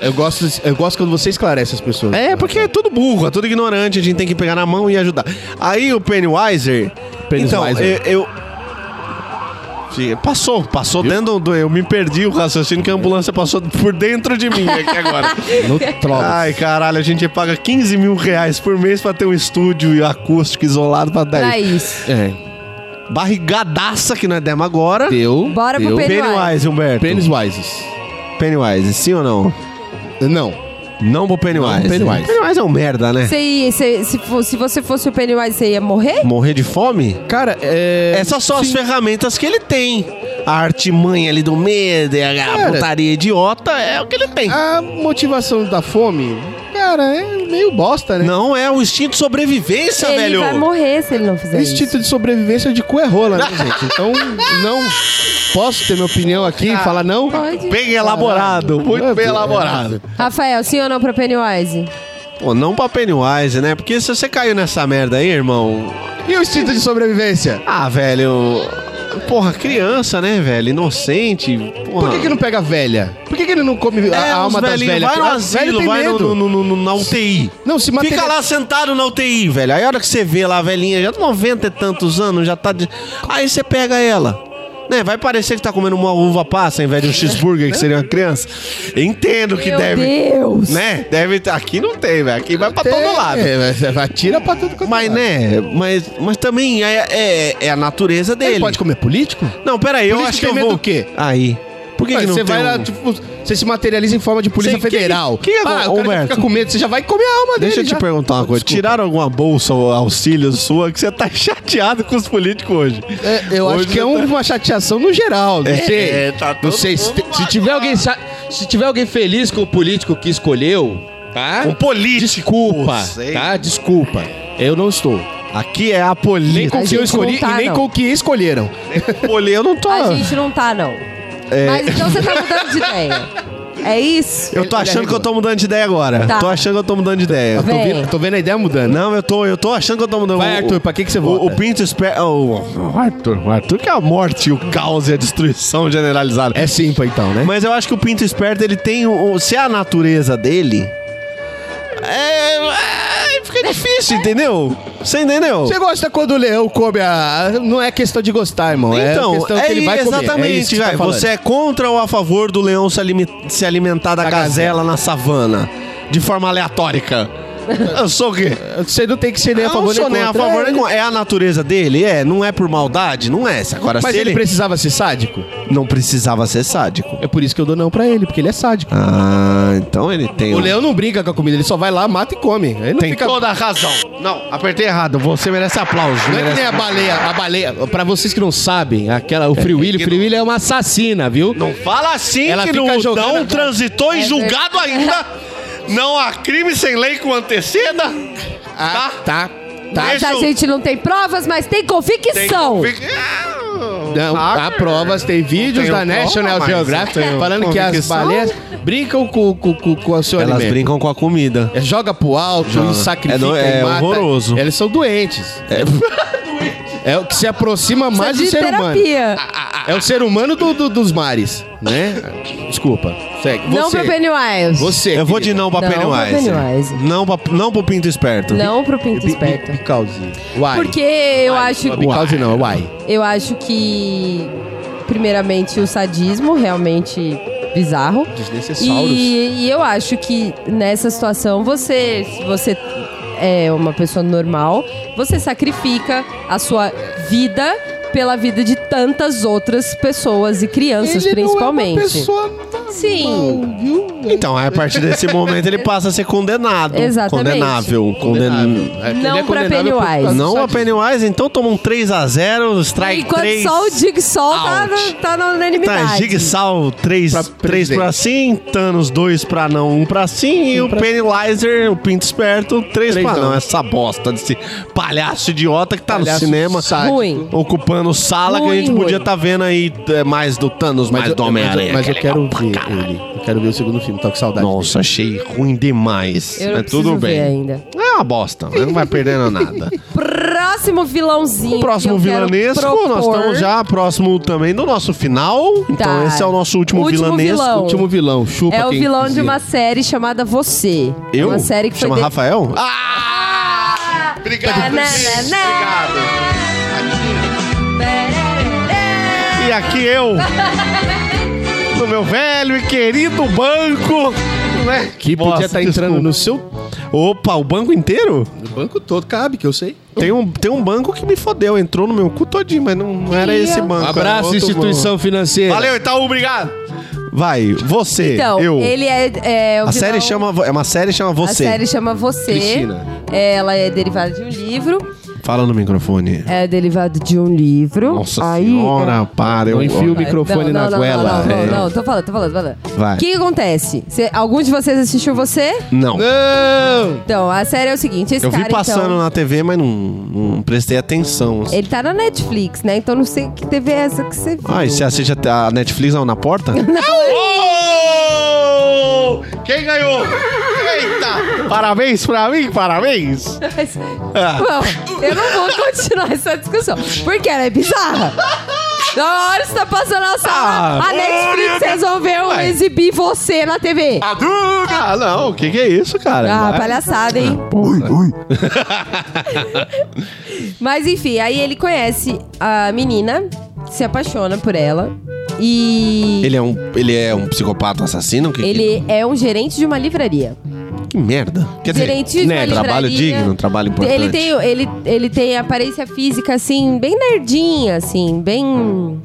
é. Eu gosto, eu gosto quando você esclarece as pessoas. É, porque é tudo burro, é tudo ignorante, a gente tem que pegar na mão e ajudar. Aí o Pennywise. Então, eu. Pennywiser. eu- Sim, Passou, passou dentro do. Eu me perdi o raciocínio que a ambulância passou por dentro de *laughs* mim aqui agora. No Trovas. Ai, caralho, a gente paga 15 mil reais por mês pra ter um estúdio e acústico isolado pra Pra dar. isso. É. Barrigadaça que nós demos agora. Deu. Bora pro deu. Penny- Pennywise, Humberto. Pennywises. Pennywise, sim ou não? Não. Não pro Pennywise. Não pro Pennywise. é um merda, né? Você ia- você- se, fo- se você fosse o Pennywise, você ia morrer? Morrer de fome? Cara, é. Essas são as ferramentas que ele tem. A artimanha ali do medo, e a Cara. putaria idiota, é o que ele tem. A motivação da fome, cara, é meio bosta, né? Não é o instinto de sobrevivência, ele velho. vai morrer se ele não fizer Esse É isso. título de sobrevivência de cu é rola, né, gente? Então, não posso ter minha opinião aqui e falar não? Pode. Bem elaborado, muito Meu bem Deus. elaborado. Rafael, sim ou não pra Pennywise? Pô, não pra Pennywise, né? Porque se você caiu nessa merda aí, irmão. E o instinto de sobrevivência? Ah, velho. Porra, criança, né, velho? Inocente. Porra. Por que, que não pega a velha? Por que, que ele não come a- É, a os alma das velhinhos, velhas? Vai no Ah, velho asilo, tem vai no, medo. no- no- no- na UTI. Não, se Fica material- lá sentado na UTI, velho. Aí a hora que você vê lá a velhinha, já 90 e tantos anos, já tá. De... Aí você pega ela. Né? Vai parecer que tá comendo uma uva passa em vez de um cheeseburger, que seria uma criança. Entendo que Meu deve. Deus. Né? Deve. Aqui não tem, velho. Aqui vai pra Tem- todo lado. É, vai- vai- tira pra tudo quanto é Mas, lado. né? Mas, mas também é, é, é a natureza Ele dele. pode comer político? Não, peraí, eu Político acho que tem eu medo vou. do quê? Aí. Por que, Ué, que não você tem vai lá, um- tipo, você se materializa em forma de Polícia Sei, que- Federal. que- que- ah, o cara já Humberto. fica com medo, você já vai comer a alma Deixa eu dele. te já. perguntar uma coisa. Desculpa. Tiraram alguma bolsa ou auxílio sua que você tá *laughs* chateado com os políticos hoje? É, eu acho Hoje que é eu tô- uma chateação no geral, não É, sei. é, tá não todo sei se, mundo te- se tiver alguém sa- se tiver alguém feliz com o político que escolheu, tá? Um político. Desculpa, sei. tá? Desculpa. Eu não estou. Aqui é a Nem política. com o que gente eu escolhi não tá, e nem não. com o que escolheram. Poli, eu não tô. A gente não tá, não. É. Mas então você tá mudando de ideia. É isso? Eu tô Ele achando que eu arregou. tô mudando de ideia agora. Tá. Tô achando que eu tô mudando de ideia. Tô Vem. vendo, tô vendo a ideia mudando. Não, eu tô, eu tô achando que eu tô mudando. Vai, O- Arthur, pra que que você o- vota? O Pinto espera. O o Arthur, o Arthur que é a morte, o caos e a destruição generalizada. É simpa então, né? *laughs* Mas eu acho que o Pinto Esperto, ele tem. O, se é a natureza dele. É. é, Fica difícil, entendeu? Você entendeu? Você gosta quando o leão come a. Não é questão de gostar, irmão. é Então, questão é, que ele vai exatamente, comer. É isso que Jair. tá falando. Você é contra ou a favor do leão se, alime- se alimentar da Da gazela, na savana? De forma *laughs* aleatórica. Eu sou o quê? Você não tem que ser nem Eu a não favor nem sou nem a contra. favor É, nem contra. É a natureza dele? É? Não é por maldade? Não é. Agora, Mas se ele ele, precisava ser sádico? não precisava ser sádico. É por isso que eu dou não pra ele, porque ele é sádico. Ah, então ele tem... O um- leão não brinca com a comida, ele só vai lá, mata e come. Ele não tem fica. toda a razão. Não, apertei errado. Você merece aplauso. Não é que merece- nem a baleia, a baleia. Pra vocês que não sabem, aquela, o Free Willy, o Free Willy é uma assassina, viu? Não fala assim Ela que fica não, jogando não a- transitou É em julgado ainda. Não há crime sem lei com anteceda. Ah, tá. Tá. Mas a isso- gente não tem provas, mas tem Tem convicção. que- Ah, Não, ah, há provas, tem vídeos tenho da prova, National mas Geographic eu tenho falando que as convicção. baleias brincam com, com, com, com o seu Elas alimento. brincam com a comida. É, joga pro alto, Joga. e sacrifica É do- é e mata. horroroso. Eles são doentes. *laughs* É, o que se aproxima mais do é de ser humano. terapia. É o ser humano do- do- dos mares, né? Desculpa. Segue. Não Você. pro Pennywise. Você. Eu vou de querida. não pra Não pra Pennywise. Pennywise. Não, pra, não pro Pinto Esperto. Não pro Pinto Bi- bi- Esperto. Because. Why? Porque tipo, eu acho, Não, Because não, why? eu acho que, primeiramente, o sadismo realmente bizarro. Desnecessauros. E, e eu acho que nessa situação você, se você é uma pessoa normal, você sacrifica a sua vida pela vida de tantas outras pessoas e crianças, é principalmente. Sim. Então, aí, a partir desse momento ele passa a ser condenado. Exatamente. Condenável. É, Conden... Não pra Pennywise. Não a Pennywise, então toma um 3x0, strike Enquanto 3. só o Jigsaw tá, Out. no- tá na Tá, unanimidade. Jigsaw 3 Pra pra, pra sim, Thanos 2 pra não, 1 um pra sim, e o Pennylizer, o Pinto Esperto, 3 Três pra não. não. Essa bosta desse palhaço idiota que tá Palhaço no cinema. sádico. Ruim. Ocupando sala que a gente Ruim, podia ruim. tá vendo aí é, mais do Thanos, Mas, mais eu, do mas, Homem-Aranha. eu, mas eu que é quero legal pra ver Tá caralho. ele. Eu quero ver o segundo filme, tô com saudade. Nossa, achei ruim demais. Eu não Mas tudo preciso ver bem. ainda. É uma bosta, mas não vai perdendo *laughs* nada. Próximo vilãozinho. O próximo que eu quero vilanesco, nós propor. Tá. estamos já próximo também do nosso final. Então esse é o nosso último, Último vilanesco. vilão. dele. Último vilão, chupa É o quem vilão de quiser. uma série chamada Você. um Eu? É Uma série que Chama foi de- *laughs* Ah, Rafael? Ah, Obrigado. e aqui eu. no meu velho e querido banco. Né? Que podia estar entrando no seu Opa, o banco inteiro? no banco todo, cabe, que eu sei. Tem um, tem um banco que me fodeu, entrou no meu cu todinho, mas não, não era esse banco. era outro financeira. banco. Valeu, Itaú, obrigado. Vai, você, Então, eu. ele é, é o A série vilão- chama. vo- É uma série chama A Você. série chama Você. Cristina. Ela é derivada de um livro. Fala no microfone. É derivada de um livro. Nossa Aí, senhora, para. Eu Não enfia o não, microfone na não, não, goela. Não, não, É. não, tô falando, tô falando, tô falando. Vai. O que que acontece? Cê- algum de vocês assistiu Você? Não. Então, a série é o seguinte, esse Eu cara, vi passando então, na TV, mas não, não prestei atenção. assim. ele tá na Netflix, né? Então não sei que TV é essa que você viu. Ah, e você assiste até a Netflix não, na *laughs* porta? Oh! Quem ganhou? Eita! Parabéns pra mim, parabéns! Mas- Bom, eu não vou continuar essa discussão, porque ela é bizarra. Na hora que você tá passando na sala, Ah, a Netflix resolveu Ué. exibir você na TV. Ah, Ah, não, o que, que é isso, cara? Vai. palhaçada, hein? *laughs* Mas enfim, aí ele conhece a menina, se apaixona por ela e Ele é um, ele é um psicopata assassino? Que, ele é um gerente de uma livraria. que, que merda. Quer né, Gerente de uma trabalho livraria. digno, um trabalho importante. Ele tem, ele, ele tem aparência física, assim, bem nerdinha, assim, bem.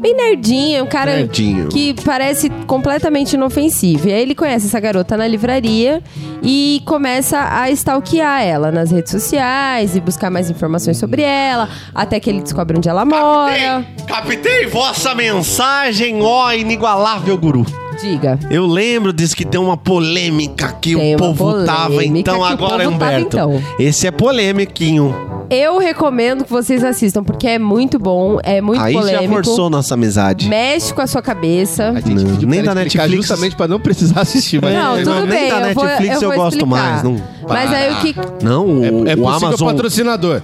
Bem nerdinha, um cara Nerdinho. que parece completamente inofensivo. E aí ele conhece essa garota na livraria e começa a stalkear ela nas redes sociais e buscar mais informações sobre ela, até que ele descobre onde ela mora. Captei vossa mensagem, ó inigualável guru. Diga. Eu lembro disso que tem uma polêmica que Tem o uma povo tava, polêmica então que o agora, povo tava, Humberto. então. Esse é polêmiquinho. Eu recomendo que vocês assistam, porque é muito bom, é muito Aí polêmico. já forçou nossa amizade. Mexe com a sua cabeça. A gente Não, pediu nem pra da ela explicar Netflix. justamente pra não precisar assistir, mas Não, É, tudo mas nem bem. da eu vou- Netflix eu, eu vou gosto explicar. mais, não. Mas aí o *laughs* que. *laughs* Não, o, é, é o possível Amazon. patrocinador.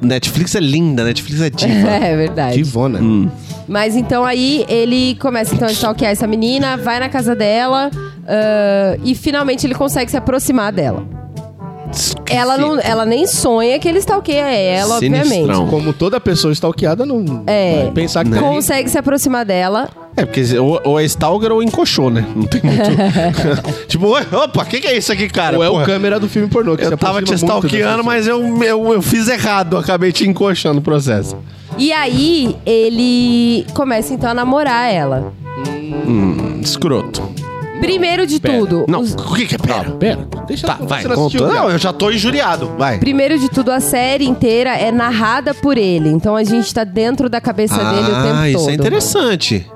Netflix é linda, Netflix é diva. É verdade. Divona. Mas então aí ele começa então, a stalkear essa menina, vai na casa dela ah, e finalmente ele consegue se aproximar dela. Ela, não, ela nem sonha que ele stalkeia ela, Sinistrão. obviamente. Como toda pessoa stalkeada, não É. vai pensar né? que tá Consegue se aproximar dela. É, porque ou, ou é Stalker ou encoxou, né? Não tem muito. *laughs* tipo, "Ué, opa, o que, que é isso aqui, cara? Ou é o Porra, câmera do filme pornô, que se eu tava te aproxima muito das stalkeando, pessoas. mas eu, eu, eu fiz errado, eu acabei te encoxando no processo. E aí ele começa então a namorar ela. Escroto. Primeiro de tudo, Não, os- o que, que é pera? Pera, deixa Tá, ela- vai, você não assistiu, conta. cara. Não, eu já tô injuriado. Vai. Primeiro de tudo, a série inteira é narrada por ele. Então a gente tá dentro da cabeça dele o tempo Ah, isso todo. é interessante.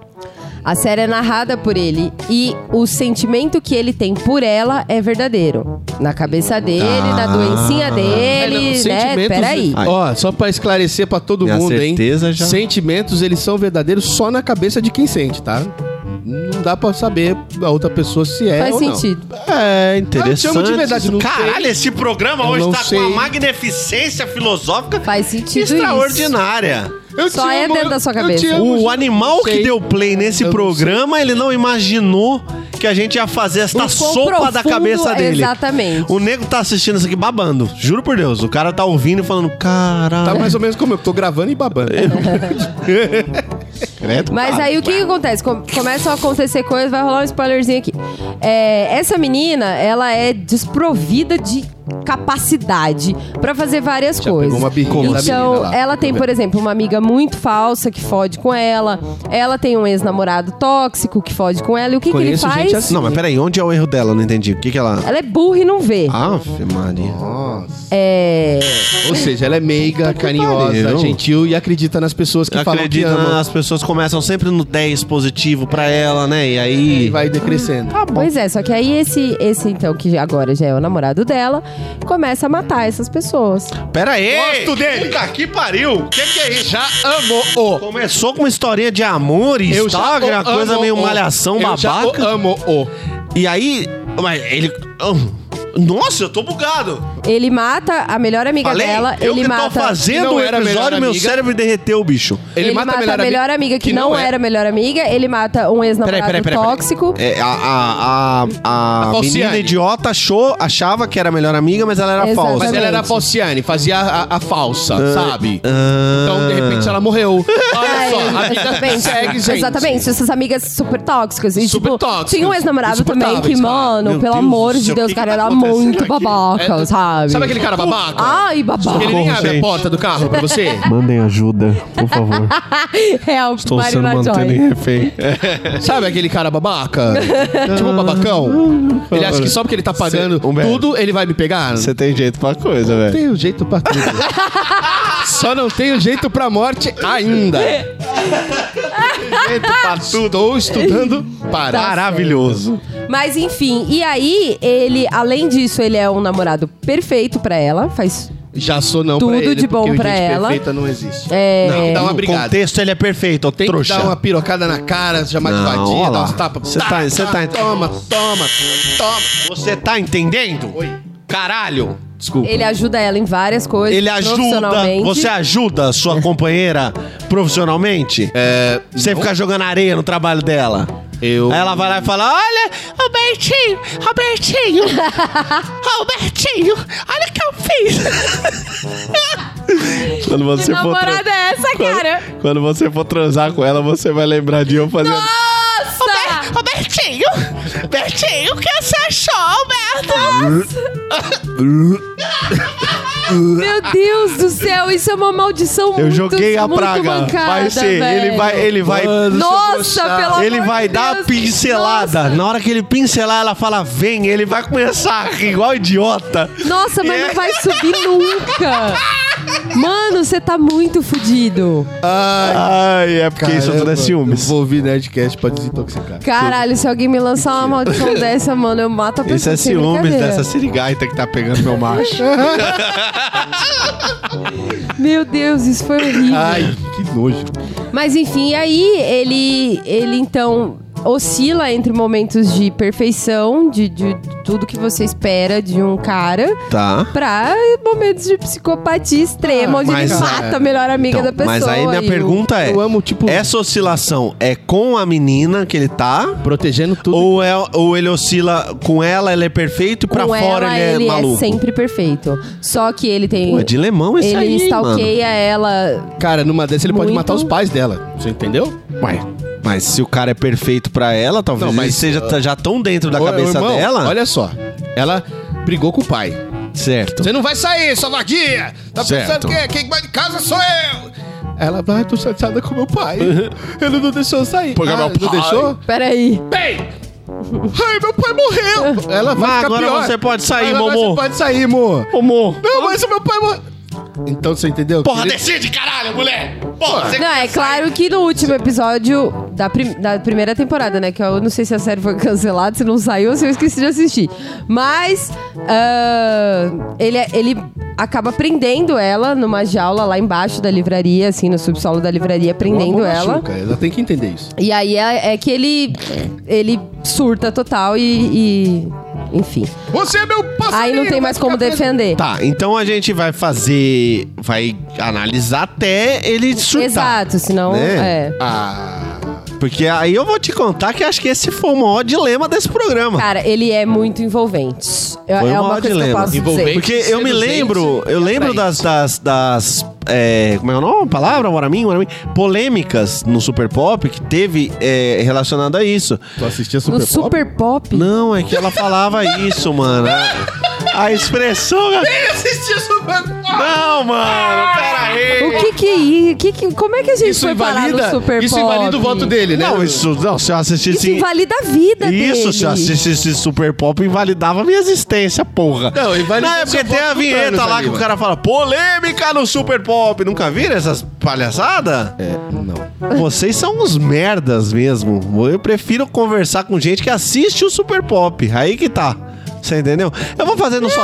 A série é narrada por ele e o sentimento que ele tem por ela é verdadeiro. Na cabeça dele, Ah. na doencinha É, dele, Os né? Peraí. Ai. Ó, só pra esclarecer pra todo Minha mundo, certeza hein? já- Sentimentos, eles são verdadeiros só na cabeça de quem sente, tá? Não dá pra saber a outra pessoa se é Faz ou não. sentido. É Eu chamo interessante. de verdade, não Caralho, sei. esse programa Eu hoje não tá sei. com uma magnificência filosófica Faz sentido isso. extraordinária. Eu Só te é amo, dentro da sua eu te cabeça. amo, O gente. animal que Sei. deu play nesse Eu não programa, ele não imaginou que a gente ia fazer esta O Um quão sopa da profundo- cabeça dele. Exatamente. O nego tá assistindo isso aqui babando. Juro por Deus. O cara tá ouvindo e falando, Tá caralho. mais ou menos como eu, tô gravando e babando. *laughs* Mas aí o que, que acontece? Com- começam a acontecer coisas, vai rolar um spoilerzinho aqui. É, essa menina, ela é desprovida de capacidade pra fazer várias Já coisas. pegou uma birrinha da menina então, lá. Tá ela tem, por exemplo, uma amiga muito falsa que fode com ela. Ela tem um ex-namorado tóxico que fode com ela. E o que, que ele Conheço gente faz? assim. Não, mas peraí, onde é o erro dela? Eu Não entendi. O que que ela... Ela é burra e não vê. Ah. Ave Maria. É. Ou seja, ela é meiga, carinhosa, pariu. gentil e acredita nas pessoas que falam que Acredita, ama. as pessoas começam sempre no 10 positivo pra ela, né? E aí... E vai decrescendo. Pois é, só que aí esse, esse então, que agora já é o namorado dela, começa a matar essas pessoas. Pera aí! Gosto dele. Puta que pariu! O que, que é isso? Já amo o. Começou com uma historinha de amor e stalker, o uma coisa amo meio o. malhação Eu já babaca. o amo o. E aí... Mas ele... Ah, Nossa, eu tô bugado! Ele mata a melhor amiga Falei? dela, eu ele que mata. tô fazendo Não o era a melhor episódio, meu amiga. cérebro derreteu, bicho. Ele, mata, a melhor, ami- amiga que, não, é. era a melhor amiga, ele mata um ex-namorado tóxico. É, a a, a, a, falciane. menina idiota achou, achava que era a melhor amiga, mas ela era Exato. falsa. Mas ela era Exatamente. falciane, fazia a, a- a falsa, sabe? Então, de repente, ela morreu. É, Olha só, a vida segue, gente. Exatamente, essas amigas super tóxicas. E, Super tipo, tóxicas, Tinha um ex-namorado também insuportáveis, que, cara. mano, Meu pelo Deus amor do de céu, Deus, o que cara, que tá era muito acontecendo aqui? babaca, É, sabe? Sabe aquele cara babaca? Ai, Ele babaca. nem abre gente. a porta do carro pra você? Mandem ajuda, por favor. Help, Estou sendo Marina mantido em Joy. refém. Sabe aquele *laughs* cara babaca? tipo um babacão? Ele acha que só porque ele tá pagando Cê- Humberto. tudo, ele vai me pegar? Você tem jeito pra coisa, velho. tenho jeito pra tudo. Só não tenho jeito pra morte *laughs* ainda. jeito pra tudo. Estou estudando para. Maravilhoso. Mas enfim, e aí, ele, além disso, ele é um namorado perfeito pra ela, faz. Já sou não Tudo pra ele, de bom porque pra gente ela. perfeita não existe. É, Tem que dar uma O brigada. contexto ele é perfeito, ô Tá, Tem trouxa. que dar uma pirocada na cara, chamar Não, ó de vadia, lá. dar uns tapas. Cê tá- cê tá- Toma, toma, toma. Você tá entendendo? Oi. Caralho. Desculpa. Ele ajuda ela em várias coisas. Ele ajuda. profissionalmente. Você ajuda a sua companheira profissionalmente? É. Você ficar jogando areia no trabalho dela. Eu- Aí ela vai lá e fala: Olha, Albertinho, Albertinho, *laughs* Albertinho, olha o que eu *laughs* fiz. Quando Que você namorada é essa, cara? Quando você for transar com ela, você vai lembrar de eu fazendo. Nossa! Ô, Bertinho! Bertinho, o que você achou, Alberto? Meu Deus do céu, isso é uma maldição Eu muito- joguei a muito praga. mancada, vai ser. Ele velho. vai, ele vai. Nossa, pelo amor ele vai de dar a Deus. pincelada. Nossa. Na hora que ele pincelar, ela fala, vem, ele vai começar a rir igual idiota. Nossa, mas É. não vai subir nunca. Mano, você tá muito fudido. Ai, é porque isso tudo é ciúmes. Vou ouvir Nerdcast pra desintoxicar. Caralho, se alguém me lançar uma *laughs* maldição dessa, mano, eu mato a pessoa. Isso é sem ciúmes brincadeira. dessa sirigaita que tá pegando meu macho. Meu Deus, isso foi horrível. Ai, que nojo. Mas enfim, e aí ele, ele então oscila entre momentos de perfeição, de, de tudo que você espera de um cara, Tá. pra momentos de psicopatia extrema, onde Ah, mas, é, ele mata a melhor amiga da pessoa. Então, mas aí minha e o- pergunta é: Eu amo, tipo, essa oscilação é com a menina que ele tá? protegendo tudo. Ou, é, ou ele oscila com ela, ele é perfeito e pra Com fora ela, ele é maluco? sempre perfeito. Só que ele tem. Pô, é de lemão esse ele aí, hein, stalkeia ela. Cara, numa dessas ele pode Muito. matar os pais dela. Você entendeu? Ué, mas se o cara é perfeito pra ela, talvez Não, mas, ah, ele seja tá- já tão dentro da Ô, cabeça irmão, dela. Olha só. Ela brigou com o pai. Certo. Você não vai sair, sua vadia! Tá Certo. pensando que quem vai de casa sou eu! Ela, vai, tô chateada com meu pai. Uhum. Ele não deixou eu sair. Porque meu ele não pai- deixou? Peraí. Bem! Ai, meu pai morreu! Ela vai Mas ficar Uhum. agora pior. você pode sair, Agora Momô. Você pode sair, amor. Amor. Não, mas o meu pai morreu. Então você entendeu? Porra, Ele- decide, caralho, mulher! Porra, você Não, é claro que no último episódio da, prim- da primeira temporada, né? Que eu não sei se a série foi cancelada, se não saiu, se eu esqueci de assistir. Mas ah, ele, ele acaba prendendo ela numa jaula lá embaixo da livraria, assim, no subsolo da livraria, Igual a prendendo Mona ela. Chuca, Ela tem que entender isso. E aí é, é que ele, ele surta total e- e enfim. Você é meu Aí não tem mais como defender. Tá, então a gente vai fazer. Vai analisar até ele surtar. Exato, senão. Né? É. Ah, Porque aí eu vou te contar que acho que esse foi o maior dilema desse programa. Cara, ele é muito envolvente. Foi É, é o maior uma coisa que eu dilema. posso Envolvente. dizer. Porque eu me seduzente lembro, eu lembro das. das, das é, como é o nome? Palavra? Moramim? Moramim? Polêmicas no Super Pop que teve é, relacionado a isso. tu assistia No Super Pop? Super Pop? *laughs* Não, é que ela falava isso, mano. A expressão. assistir isso, mano. Não, mano, é pera aí. O que que é isso? Que que- como é que a gente Isso foi parar no invalida, Super isso Pop? invalida o voto dele, né? Não, isso. Não, se eu Isso assistisse. invalida a vida dele. Isso, se eu assistisse Super Pop, invalidava minha existência, porra. Não, invalida Não, é porque seu tem voto a pro vinheta Thanos lá ali, que o mano. cara fala polêmica no Super Pop. Nunca viram essas palhaçadas? É, não. Vocês são uns merdas mesmo. Eu prefiro conversar com gente que assiste o Super Pop. Aí que tá. Você entendeu? Eu vou fazendo só.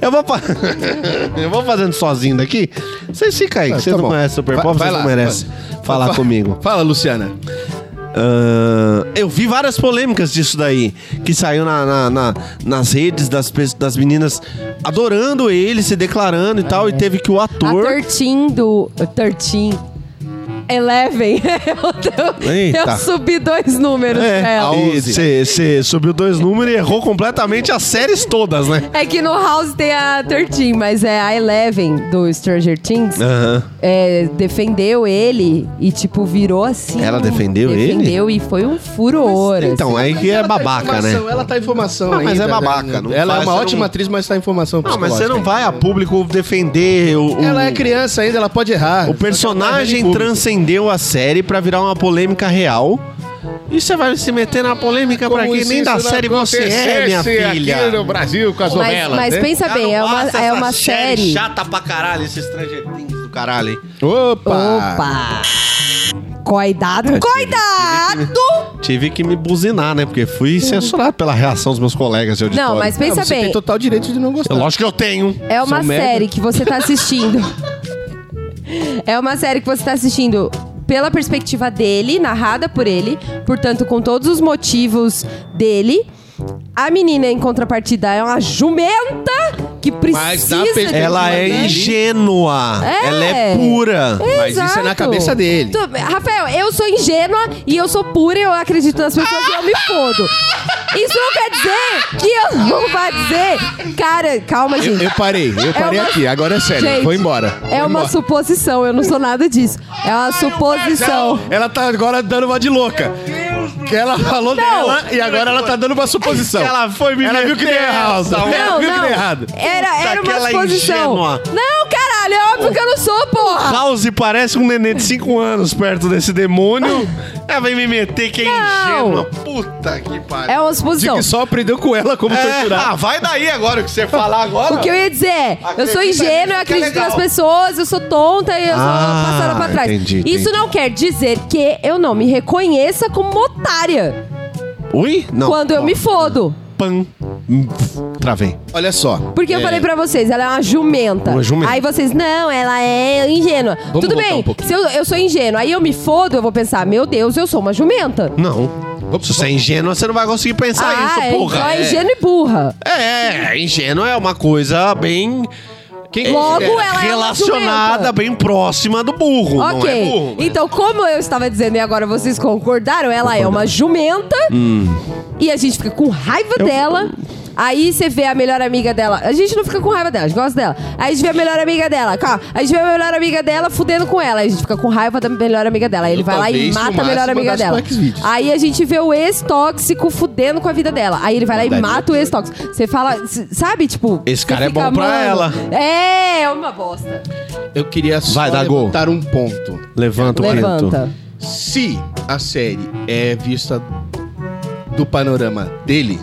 Eu vou, fa- *laughs* eu vou fazendo sozinho daqui. Vocês ficam aí. Ah, Vocês tá não bom. conhecem Super Vai- Pop, vai vocês não lá, merecem vai. falar Fa- comigo. Fala, Luciana. Ah, eu vi várias polêmicas disso daí, que saiu na- na- na- nas redes das, pe- das meninas adorando ele, se declarando e tal, e teve que o A ator. 13 do... 13... Eleven. *laughs* eu, eu- eu Eita. subi dois números pra É, ela. a onze. você subiu dois números e errou completamente as séries todas, né? É que no House tem a 13, mas é a Eleven do Stranger Things. Aham. é, defendeu ele e, tipo, virou assim. Ela um- defendeu ele? Defendeu e foi um furor. Então, aí que é Ela tá em babaca, né? formação, Ela tá em formação Ah, mas ainda, é babaca, né? não Ela faz, é uma você ótima não- atriz, mas tá em formação Não, mas você não psicológica. vai a público defender o. o- Ela é criança ainda, ela pode errar. *laughs* é O é personagem transcendeu a série pra virar uma polêmica real. E você vai se meter na polêmica pra Como quem se nem da isso não série você é, minha acontecesse filha. Aqui no Brasil com as Mas, novelas. mas né? pensa Ah, não bem, é uma, basta é essa uma série. Chata pra caralho, esses Stranger Things do caralho, hein? Opa! Opa! Cuidado! Cuidado! Tive que me buzinar, né? Porque fui censurado pela reação dos meus colegas de auditório. Não, mas Ah, pensa você bem, tem total direito de não É gostar. Lógico que eu tenho. é uma Sou merda. série que você tá assistindo. é uma série que você tá assistindo pela perspectiva dele, narrada por ele, portanto, com todos os motivos dele. A menina, em contrapartida, é uma jumenta que Mas precisa. na de perspectiva Ela uma é dele. grande- ingênua. É. Ela é pura. Mas isso é na Exato. cabeça dele. Tu- Rafael, eu sou ingênua e eu sou pura e eu acredito nas pessoas e eu me fodo. Isso não quer dizer que eu não vá dizer. Cara, calma, Eu, gente. eu parei, eu É parei uma- aqui, agora é sério. Gente, Foi embora. Foi É uma embora. suposição, eu não sou nada disso. É uma suposição. Ela tá agora dando uma de louca. Que ela falou dela e agora ela tá dando uma suposição. Ela foi me *laughs* Ela viu que deu é meter errado. essa, mano. Ela Não, um viu que não. deu errado. Era, era uma Daquela suposição. ingênua. Não, caralho, é óbvio que eu não sou, porra. House parece um neném de 5 anos perto desse *laughs* demônio. Ela vem me meter que é ingênua. Não. Puta que pariu. É uma Diz suposição. que só aprendeu com ela como É, torturar. ah, vai daí agora o que você falar agora. O que eu ia dizer é, eu sou Acredita nisso, ingênua, eu que é acredito legal. nas pessoas, eu sou tonta e eu Ah, sou passada pra trás. entendi, Isso entendi. não quer dizer que eu não me reconheça como uma otária Ui? Não. quando eu me fodo. Pam. Hum, Travei. Olha só. Porque eu falei pra vocês, ela é uma jumenta. Uma jumenta. Aí vocês, não, ela é ingênua. Tudo voltar bem, um pouquinho. se eu, eu sou ingênua, aí eu me fodo, eu vou pensar, meu Deus, eu sou uma jumenta. Não. Se você é ingênua, você não vai conseguir pensar isso, é, porra. então é ingênua e burra. É, ingênua é uma coisa bem é Quem Logo considera? ela relacionada, é uma jumenta. bem próxima do burro. Não é Ok. burro. então, como eu estava dizendo e agora vocês concordaram, ela é uma jumenta. Hum. E a gente fica com raiva dela. Aí você vê a melhor amiga dela. A gente não fica com raiva dela, a gente gosta dela. Aí a gente vê a melhor amiga dela. cá, A gente vê a melhor amiga dela fudendo com ela. Aí a gente fica com raiva da melhor amiga dela. Aí ele Eu vai lá e talvez mata a filmasse melhor e amiga mandasse dela. pro Xvideos. Aí a gente vê o ex-tóxico fudendo com a vida dela. Aí ele vai lá e Mandaria. mata o ex-tóxico. Você fala, c- sabe, tipo. Esse você cara é fica, bom pra "Mano, ela." É, é uma bosta. Eu queria só Vai, Dago. levantar um ponto. Levanta o Levanta. preto. Se a série é vista do panorama dele,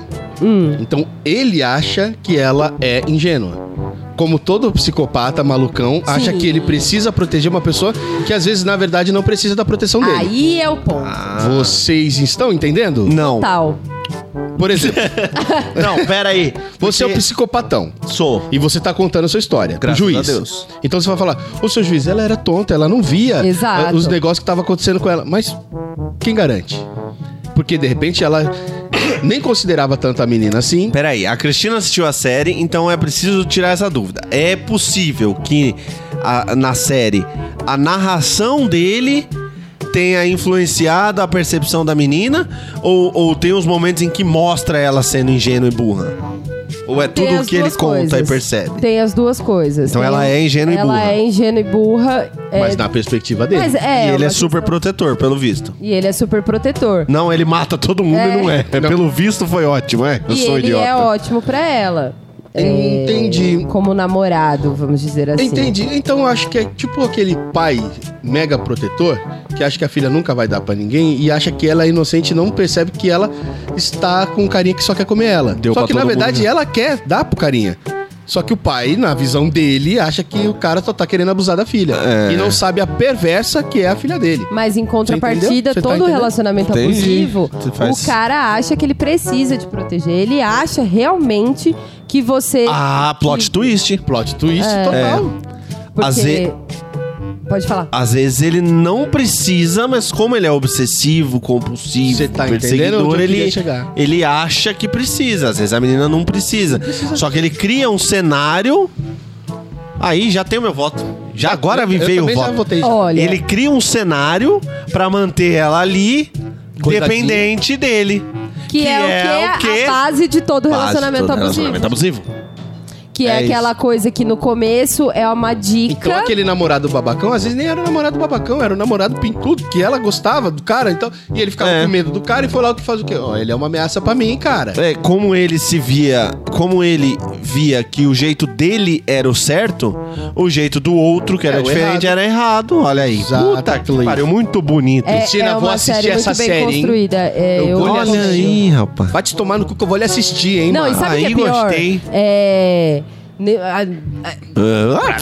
então ele acha que ela é ingênua. Como todo psicopata malucão acha que ele precisa proteger uma pessoa que às vezes na verdade não precisa da Um proteção dele. Aí é o Ah, ponto. Vocês estão entendendo? Não. Tal. Por exemplo, Não, pera aí. você é um Porque psicopatão. Sou. E você tá contando a sua história. pro Graças juiz. a Deus. Então você vai falar, ô seu juiz, ela era tonta, ela não via Exato. eh, os negócios que estavam acontecendo com ela. Mas quem garante? Porque de repente ela *coughs* nem considerava tanto a menina assim. Peraí, a Cristina assistiu a série, então é preciso tirar essa dúvida. É possível que a- na série a narração dele tenha influenciado a percepção da menina? Ou, ou tem uns momentos em que mostra ela sendo ingênua e burra? Ou é Tem tudo o as que ele duas conta e coisas. percebe? Tem as duas coisas. Então Tem- um- ela é ingênua e burra. Ela é ingênua e burra. é- Mas na perspectiva dele. mas é, e ele é uma- super protetor, pelo visto. E ele é super protetor. Não, ele mata todo mundo e não é. Pelo visto foi ótimo, é. Eu e sou ele idiota. é ótimo pra ela. é, Entendi. como namorado, vamos dizer assim. Entendi. Então eu acho que é tipo aquele pai mega protetor que acha que a filha nunca vai dar pra ninguém e acha que ela é inocente e não percebe que ela está com um carinha que só quer comer ela. Deu só pra que na todo mundo, verdade né? ela quer dar pro carinha. Só que o pai, na visão dele, acha que o cara só tá querendo abusar da filha. É. E não sabe a perversa que é a filha dele. Mas em Você entendeu? contrapartida, Você tá todo entendendo? relacionamento Entendi. abusivo, Você faz- o cara acha que ele precisa te proteger. Ele acha realmente que você. Ah, plot twist. Plot twist total. É. porque... aze- Pode falar. Às vezes ele não precisa, mas como ele é obsessivo, compulsivo, Você tá entendendo perseguidor, onde eu queria ele, chegar. ele acha que precisa. Às vezes a menina não precisa. Só que ele cria um cenário. Aí já tem o meu voto. Já agora me Eu veio o também já voto. votei. já. Olha. Ele cria um cenário pra manter ela ali, Coitadinha. dependente dele. Que, é, o que é a base de todo Base relacionamento todo abusivo. relacionamento abusivo. Que é, É aquela coisa que no começo é uma dica. Então aquele namorado babacão, às vezes nem era o namorado babacão, era o namorado pintudo, que ela gostava do cara, então. E ele ficava É. com medo do cara e foi lá o que faz o quê? Ó, ele é uma ameaça pra mim, cara. É, como ele se via, como ele via que o jeito dele era o certo, o jeito do outro que era É, o diferente errado. era errado. Olha aí. Puta que Exatamente. pariu, muito bonito. É, Cristina, é vou uma assistir série essa muito bem série, hein? construída. É, Eu eu vou Olha assistir. aí, rapaz. Vai te tomar no cu que eu vou lhe assistir, hein, Não, e mano. sabe o que é Aí pior? gostei. É. ne- a- a- Ah,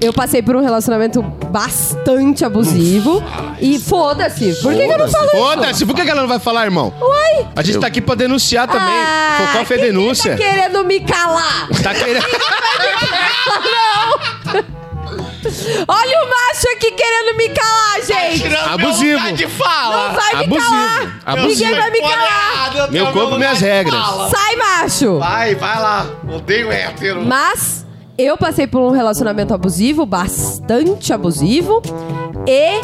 Eu passei por um relacionamento bastante abusivo. E foda-se. Por que, que eu não falo isso? Foda-se, por que que ela não vai falar, irmão? é Uai! A gente tá aqui pra denunciar também. Ah, Focoff quem é que denúncia. Tá querendo me calar? Tá querendo. Olha o macho aqui querendo me calar, gente! Abusivo. Não vai me Abusivo. calar! Abusivo. Ninguém vai me calar! Meu corpo, minhas regras. Sai, macho! Vai, vai lá. Odeio hétero. Mas eu passei por um relacionamento abusivo, bastante abusivo, e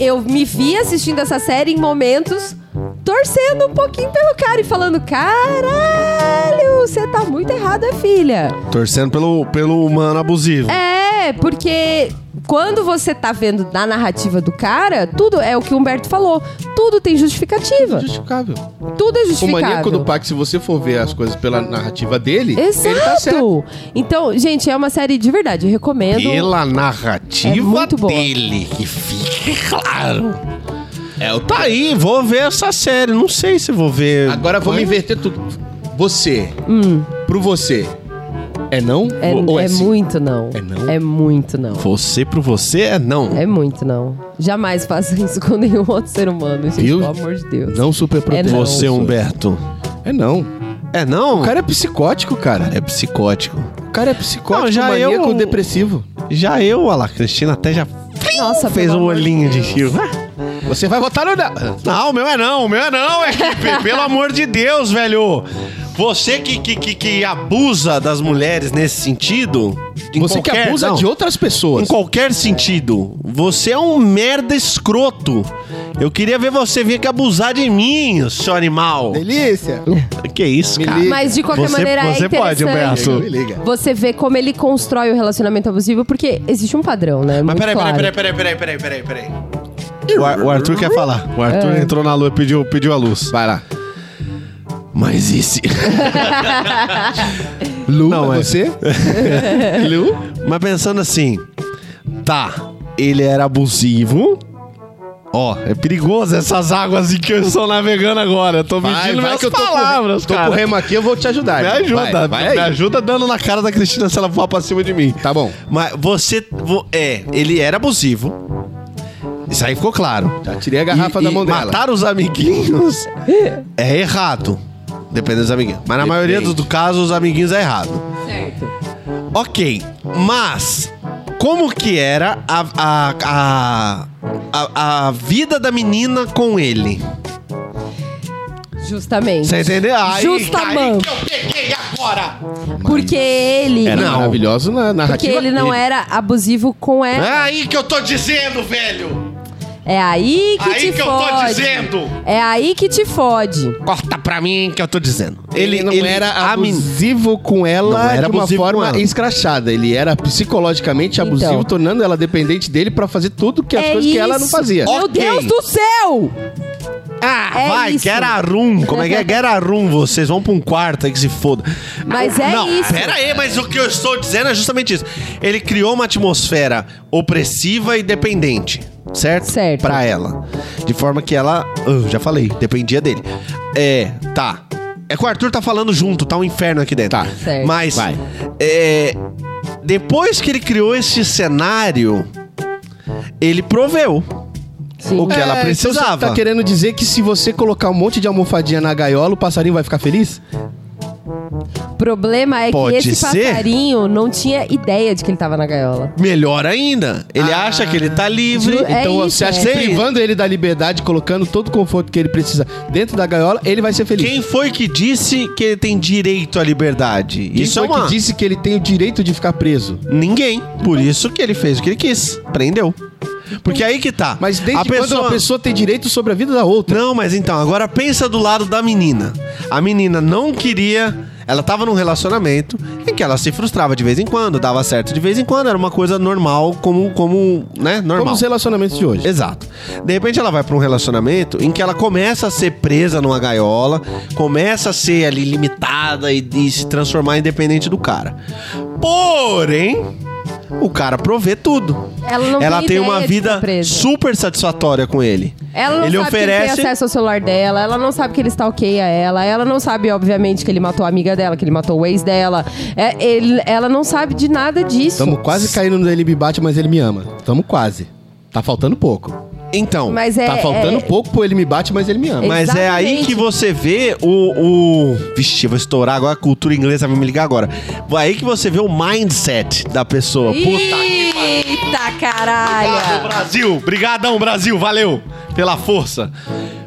eu me vi assistindo essa série em momentos torcendo um pouquinho pelo cara e falando: caralho, você tá muito errada, filha. Torcendo pelo, pelo humano abusivo. É, porque quando você tá vendo na narrativa do cara, tudo é o que o Humberto falou: tudo tem justificativa. Justificável. Tudo é O justificável. maníaco do parque, se você for ver as coisas pela narrativa dele, ele tá certo. Exato! então, gente, é uma série de verdade, recomendo. Pela narrativa É muito boa. dele, que fique claro. É, tá aí, vou ver essa série. Não sei se vou ver. Agora vamos inverter tudo. Você, pro você, é não Hum. É, ou é, é sim? muito não. É não? É muito não. Você pro você é não. É muito não. Jamais faça isso com nenhum outro ser humano, gente. Viu? Pelo amor de Deus. Não super É não. Você, Humberto. É não. É não? O cara é psicótico, cara. é psicótico. O cara é psicótico, Não, já maníaco eu- depressivo. Já eu, olha lá, Cristina até já Nossa, fez pelo um amor olhinho de Deus. Chico. Você vai votar no não. Não, o meu é não, o meu é não, equipe. Pelo amor de Deus, velho. Você que, que, que, que abusa das mulheres nesse sentido. em Você que qualquer- abusa não, de outras Em pessoas. qualquer sentido. Você é um merda escroto. Eu queria ver você vir aqui abusar de mim, seu animal. Delícia. Que isso, Me cara. liga. Mas de qualquer Você- maneira é você pode, um interessante. Humberto. Me liga. Você vê como ele constrói o relacionamento abusivo, porque existe um padrão, né? Mas Muito peraí, claro. peraí, peraí, peraí, peraí, peraí, peraí. O, Ar- o Arthur quer falar. O Arthur entrou na lua e pediu, pediu a luz. Vai lá. Mas e se. Lu, Não, é é. você? Lu? *laughs* Mas pensando assim, tá, ele era abusivo. Ó, é perigoso essas águas em que eu estou navegando agora. Eu tô medindo minhas palavras, com, tô cara. com remo aqui, eu vou te ajudar. Me irmão. ajuda, Vai, vai me aí. ajuda dando na cara da Cristina se ela for pra cima de mim. Tá bom. Mas você. vo- É, ele era abusivo. Isso aí ficou claro. Já tirei a garrafa E- da e mão dela. Matar os amiguinhos é errado. Depende dos amiguinhos. Mas na maioria dos do casos, os amiguinhos é errado. Certo. Ok, mas como que era a, a, a, a, a vida da menina com ele? Justamente. Você entendeu? Aí, Justamente. Porque ele. Era Não. É maravilhoso na Porque narrativa. ele não é dele. era abusivo com É ela. aí que eu tô dizendo, velho. É aí que aí te que eu fode. tô dizendo. É aí que te fode. Corta pra mim que eu tô dizendo. Ele, não era a men- abusivo com Não ela era de uma abusivo com forma ela. escrachada. Ele era psicologicamente Então. abusivo, tornando ela dependente dele pra fazer tudo que as é coisas isso. que ela não fazia. Meu Ok. Deus do céu! Ah, É vai, isso. get a room. Como é que é? Get a room, vocês. Vão pra um quarto aí que se foda. Mas é Não, isso. pera aí, mas o que eu estou dizendo é justamente isso. Ele criou uma atmosfera opressiva e dependente, certo? Certo. Pra ela. De forma que ela... ah, já falei, dependia dele. É, tá. É que o Arthur tá falando junto, tá um inferno aqui dentro. Tá. Certo. Mas... Vai. É, depois que ele criou esse cenário, ele proveu Sim. o que ela É, então precisava. você tá querendo dizer que se você colocar um monte de almofadinha na gaiola, o passarinho vai ficar feliz? O problema é Pode que esse ser? passarinho não tinha ideia de que ele tava na gaiola. Melhor ainda, ele Ah. acha que ele tá livre. Ju- É então isso, você acha que é. privando ele da liberdade, colocando todo o conforto que ele precisa dentro da gaiola, ele vai ser feliz? Quem foi que disse que ele tem direito à liberdade? Quem isso foi é uma... que disse que ele tem o direito de ficar preso? Ninguém. Por isso que ele fez o que ele quis. Prendeu. Porque aí que tá. Mas desde a quando uma pessoa tem direito sobre a vida da outra? Não, mas então, agora pensa do lado da menina. A menina não queria. Ela tava num relacionamento em que ela se frustrava de vez em quando, dava certo de vez em quando, era uma coisa normal, como, como né? Normal. Como os relacionamentos de hoje. Exato. De repente ela vai pra um relacionamento em que ela começa a ser presa numa gaiola, começa a ser ali limitada e, e se transformar independente do cara. Porém, o cara provê tudo. Ela não ela tem tem, ideia uma de vida ficar presa. super satisfatória com ele. Ela não ele sabe que ele oferece tem acesso ao celular dela, ela não sabe que ele stalkeia ela, ela não sabe, obviamente, que ele matou a amiga dela, que ele matou o ex dela. É, ele- ela não sabe de nada disso. Tamo quase caindo no Ele Me Bate, mas Ele Me Ama. Tamo quase. Tá faltando pouco. Então, mas, Mas é, tá faltando é- pouco pro Ele Me Bate, mas Ele Me Ama. Ele- é aí exatamente. que você vê o, o. Vixe, eu vou estourar agora, a cultura inglesa vai me ligar agora. Aí que você vê o mindset da pessoa. Puta tá Eita caralho! Brasil, brigadão Brasil, valeu pela força.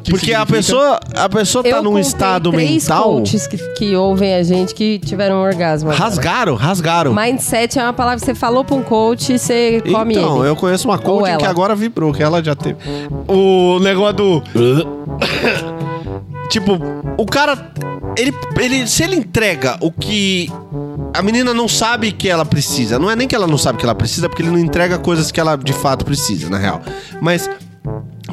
Porque a significa? pessoa, a pessoa tá num contei estado três mental. coaches que, que ouvem a gente que tiveram um orgasmo. agora. Rasgaram, rasgaram. Mindset é uma palavra que você falou pra um coach e você come então, ele. eu conheço uma Ou coach ela. que agora vibrou, que ela já teve. O negócio do *coughs* tipo, o cara ele, ele se ele entrega o que a menina não sabe que ela precisa. Não é nem que ela não sabe que ela precisa, é porque ele não entrega coisas que ela de fato precisa, na real. Mas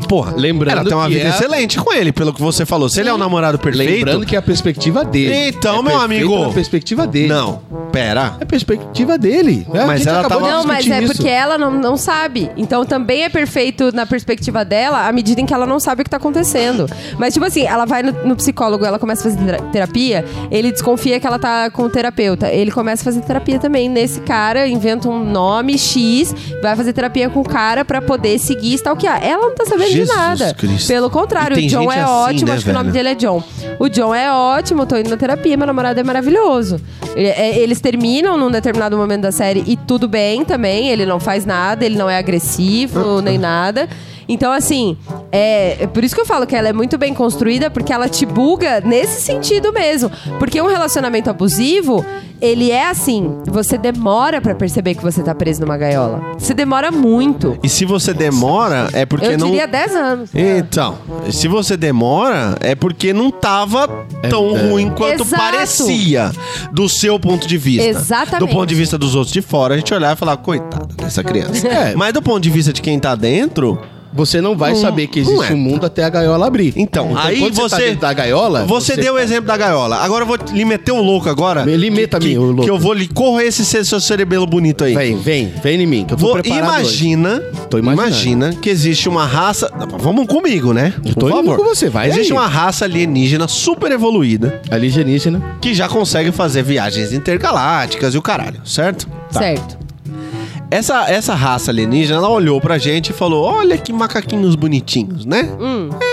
Porra, Lembrando ela tem uma que vida é- excelente com ele, pelo que você falou. Se ele é o namorado perfeito, Lembrando que é a perspectiva dele. Então, É meu perfeito amigo. na perspectiva dele. Não, pera. É a perspectiva dele. né? A Mas gente ela acabou tava- de Não, mas discutir é isso. porque ela não, não sabe. Então também é perfeito na perspectiva dela, à medida em que ela não sabe o que tá acontecendo. Mas, tipo assim, ela vai no, no psicólogo, ela começa a fazer tera- terapia, ele desconfia que ela tá com o terapeuta. Ele começa a fazer terapia também nesse cara, inventa um nome X, vai fazer terapia com o cara pra poder seguir e stalkear. Ela não tá sabendo Jesus de nada. Cristo. Pelo contrário, E tem o John gente é assim, ótimo, né, acho que o nome velho? dele ele é John. O John é ótimo, tô indo na terapia, meu namorado é maravilhoso. E- é- Eles terminam num determinado momento da série e tudo bem também, ele não faz nada, ele não é agressivo Ah. nem nada. Então, assim, é é por isso que eu falo que ela é muito bem construída, porque ela te buga nesse sentido mesmo. Porque um relacionamento abusivo, ele é assim: você demora pra perceber que você tá preso numa gaiola. Você demora muito. E se você demora, é porque eu não. diria 10 anos. Então, se você demora, é porque não tava É tão ruim quanto Exato. parecia do seu ponto de vista. Exatamente. Do ponto de vista dos outros de fora, a gente olhar e falar, coitada dessa criança. É. Mas do ponto de vista de quem tá dentro, Você não Hum. vai saber que existe não é. um mundo até a gaiola abrir. Então, aí quando você- tá dentro da gaiola. tá- você, deu o exemplo da gaiola. Agora eu vou lhe meter o louco agora. Me- lhe meta-me que, o louco. Que eu vou lhe correr esse ce- seu cerebelo bonito aí. Vem, vem, vem em mim, que eu tô Vou, preparado hoje. imagina, Tô imaginando. imagina que existe uma raça. Vamos comigo, né? Eu tô indo com você, vai Existe aí. uma raça alienígena super evoluída Alienígena. Tá que já consegue fazer viagens intergalácticas e o caralho, certo? Certo. Essa, essa raça alienígena, ela olhou pra gente e falou: Olha que macaquinhos bonitinhos, né?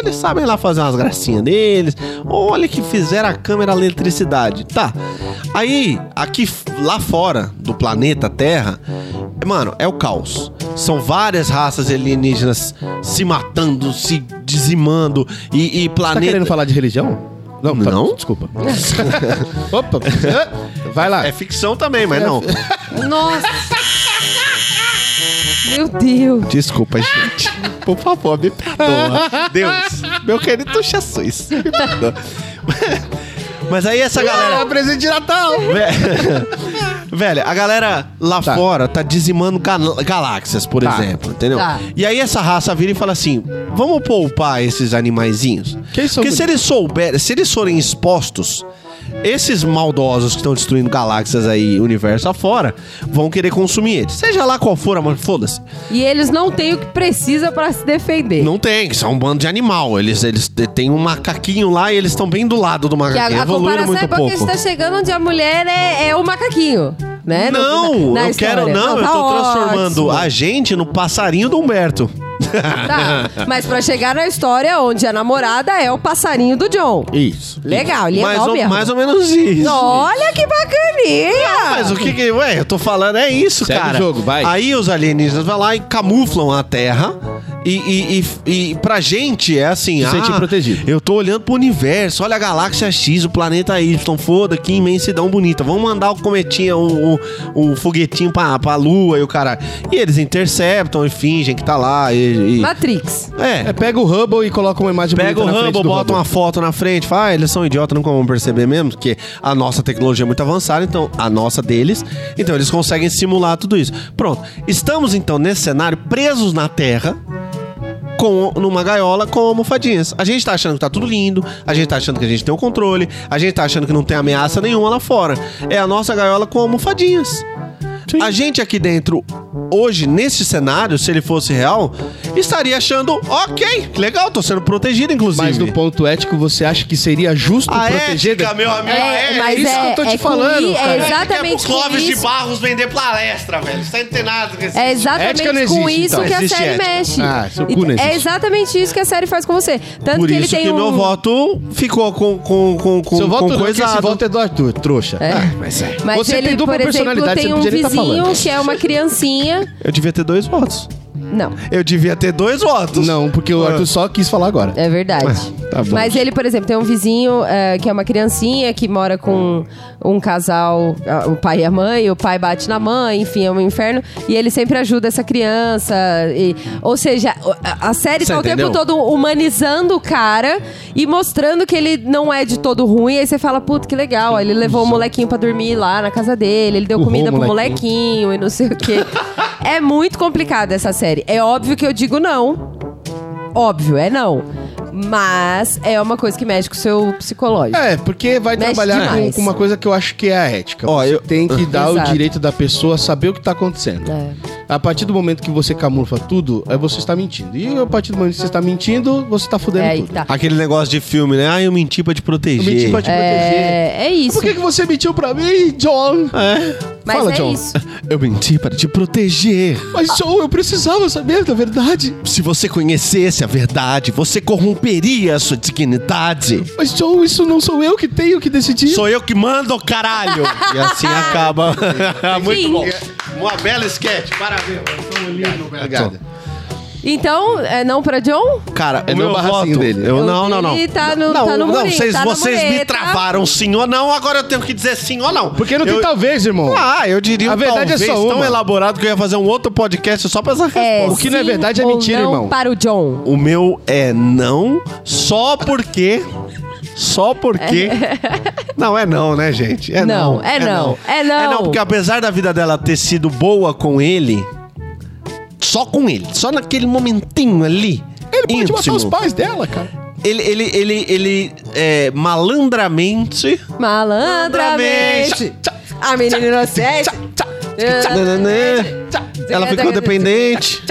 Eles sabem lá fazer umas gracinhas deles. Olha que fizeram a câmera a eletricidade. Tá. Aí, aqui f- lá fora do planeta Terra, mano, é o caos. São várias raças alienígenas se matando, se dizimando e, e Tá planeta. querendo falar de religião? tá- Não? desculpa. Opa. *laughs* Vai lá. é ficção também, mas não. É, Nossa! Meu Deus! Desculpa, gente. Por favor, me perdoa. Deus, meu querido Jesus. Me perdoa. Mas aí essa galera. presente de Natal. Vé- *laughs* Velho, a galera lá Tá. fora tá dizimando gal- galáxias, por Tá. exemplo, entendeu? Tá. E aí essa raça vira e fala assim: vamos poupar esses animaizinhos. Quem são Porque se bonitos? eles souberem, se eles forem expostos, esses maldosos que estão destruindo galáxias aí, universo afora, vão querer consumir eles. Seja lá qual for, mano, foda-se. E eles não têm o que precisa pra se defender. Não tem, que são um bando de animal. Eles, eles te- tem um macaquinho lá e eles estão bem do lado do Que macaquinho. a, a Evoluíram comparação é muito porque pouco. É, está chegando onde a mulher é, é o macaquinho, né? Não, No- na- na eu quero. história. Não, eu tá tô transformando ótimo. a gente no passarinho do Humberto. *laughs* Tá, mas pra chegar na história onde a namorada é o passarinho do John. Isso. Legal, legal *laughs* mais, ou, mesmo. mais ou menos isso. um Olha que bacaninha! Mas o que que. Ué, eu tô falando é isso, Ah, Segue cara. o jogo, vai. Aí os alienígenas vão lá e camuflam a Terra. E, e, e, e pra gente é assim. Se sentir ah, protegido. Eu tô olhando pro universo, olha a galáxia X, o planeta Y, foda, que imensidão bonita. Vamos mandar o cometinha, o, o, o foguetinho pra, pra lua e o cara. E eles interceptam e fingem que tá lá. E, e- Matrix. É, É, pega o Hubble e coloca uma imagem Pega o bonita na frente Hubble, do bota Hubble. uma foto na frente, fala, ah, eles são idiotas, não vão perceber mesmo, porque a nossa tecnologia é muito avançada, então a nossa deles, então eles conseguem simular tudo isso. Pronto, estamos então nesse cenário presos na Terra. Com, numa gaiola com almofadinhas. A gente tá achando que tá tudo lindo, a gente tá achando que a gente tem o controle, a gente tá achando que não tem ameaça nenhuma lá fora. É a nossa gaiola com almofadinhas. A gente aqui dentro, hoje, nesse cenário, se ele fosse real, estaria achando, ok, que legal, tô sendo protegido, inclusive. Mas no ponto ético, você acha que seria justo Ah, é? A proteger... ética, meu amigo, é, mas isso que eu tô te com falando, i- cara. É exatamente Quer com Clóvis de isso, Barros vender palestra, velho. Isso aí não tem nada com esse- é Ética não exatamente existe, com isso então. que a Existe série ética. mexe. Ah, seu cu não é existe. exatamente isso que a série faz com você. Tanto Por que ele isso tem que um... meu voto ficou com, com, com, com, Seu voto com não, porque esse coisado. voto é do Arthur, trouxa. É. Mas é. Mas Você ele, tem dupla por exemplo, personalidade, você tem não um podia nem tá vizinho falando. que é uma criancinha. Eu devia ter dois votos. Não. Eu devia ter dois votos. Não, porque o Arthur só quis falar agora. Ah. É verdade. tá bom. Mas ele, por exemplo, tem um vizinho eh, que é uma criancinha que mora com um casal, ah, o pai e a mãe, o pai bate na mãe, enfim, é um inferno. E ele sempre ajuda essa criança. e- ou seja, o- a- a série Você tá o entendeu? tempo todo humanizando o cara e mostrando que ele não é de todo ruim. Aí você fala, puta, que legal. Aí ele levou o molequinho pra dormir lá na casa dele, ele deu Empurrou comida o pro molequinho. molequinho e não sei o *laughs* quê. é muito complicada essa série. É óbvio que eu digo não. Óbvio, é não. Mas é uma coisa que mexe com o seu psicológico. É, porque vai Mexe trabalhar com, demais. com uma coisa que eu acho que é a ética. Ó, Você eu- tem *laughs* que dar o Exato. direito da pessoa a saber o que tá acontecendo. É. A partir do momento que você camufla tudo, aí você está mentindo. E a partir do momento que você está mentindo, você está fudendo É, aí que tudo. tá. Aquele negócio de filme, né? Ah, eu menti pra te Eu proteger. menti pra te proteger. É, é isso. Por que, que você mentiu pra mim, John? *laughs* É. Mas Fala, é John. isso. Eu menti para te proteger. Mas, John, eu precisava saber da verdade. Se você conhecesse a verdade, você corromperia a sua dignidade. Mas, John, isso não sou eu que tenho que decidir. Sou eu que mando, caralho! e assim *laughs* acaba. Muito Sim. bom. Uma bela sketch, parabéns. Obrigado. Então, é não pra John? Cara, É o no meu barracinho voto... dele. Eu, não, não, não. Ele tá no- não, tá não, no murinho, vocês, tá na vocês me mureta. travaram sim ou não, agora eu tenho que dizer sim ou não. Porque não tem eu... talvez, irmão. Ah, eu diria A um verdade é talvez só tão uma. elaborado que eu ia fazer um outro podcast só pra essa É, resposta. O que não é sim verdade é ou mentira, não irmão. Para o John. O meu é não, só porque... Só porque... Não, é não, né, gente? É não, Não, é não, é não. É não, porque apesar da vida dela ter sido boa com ele, só com ele, só naquele momentinho ali... Ele pode matar íntimo, os pais dela, cara. ele, ele, ele, ele é, malandramente. Malandramente. A menina inocente. Ela ficou dependente.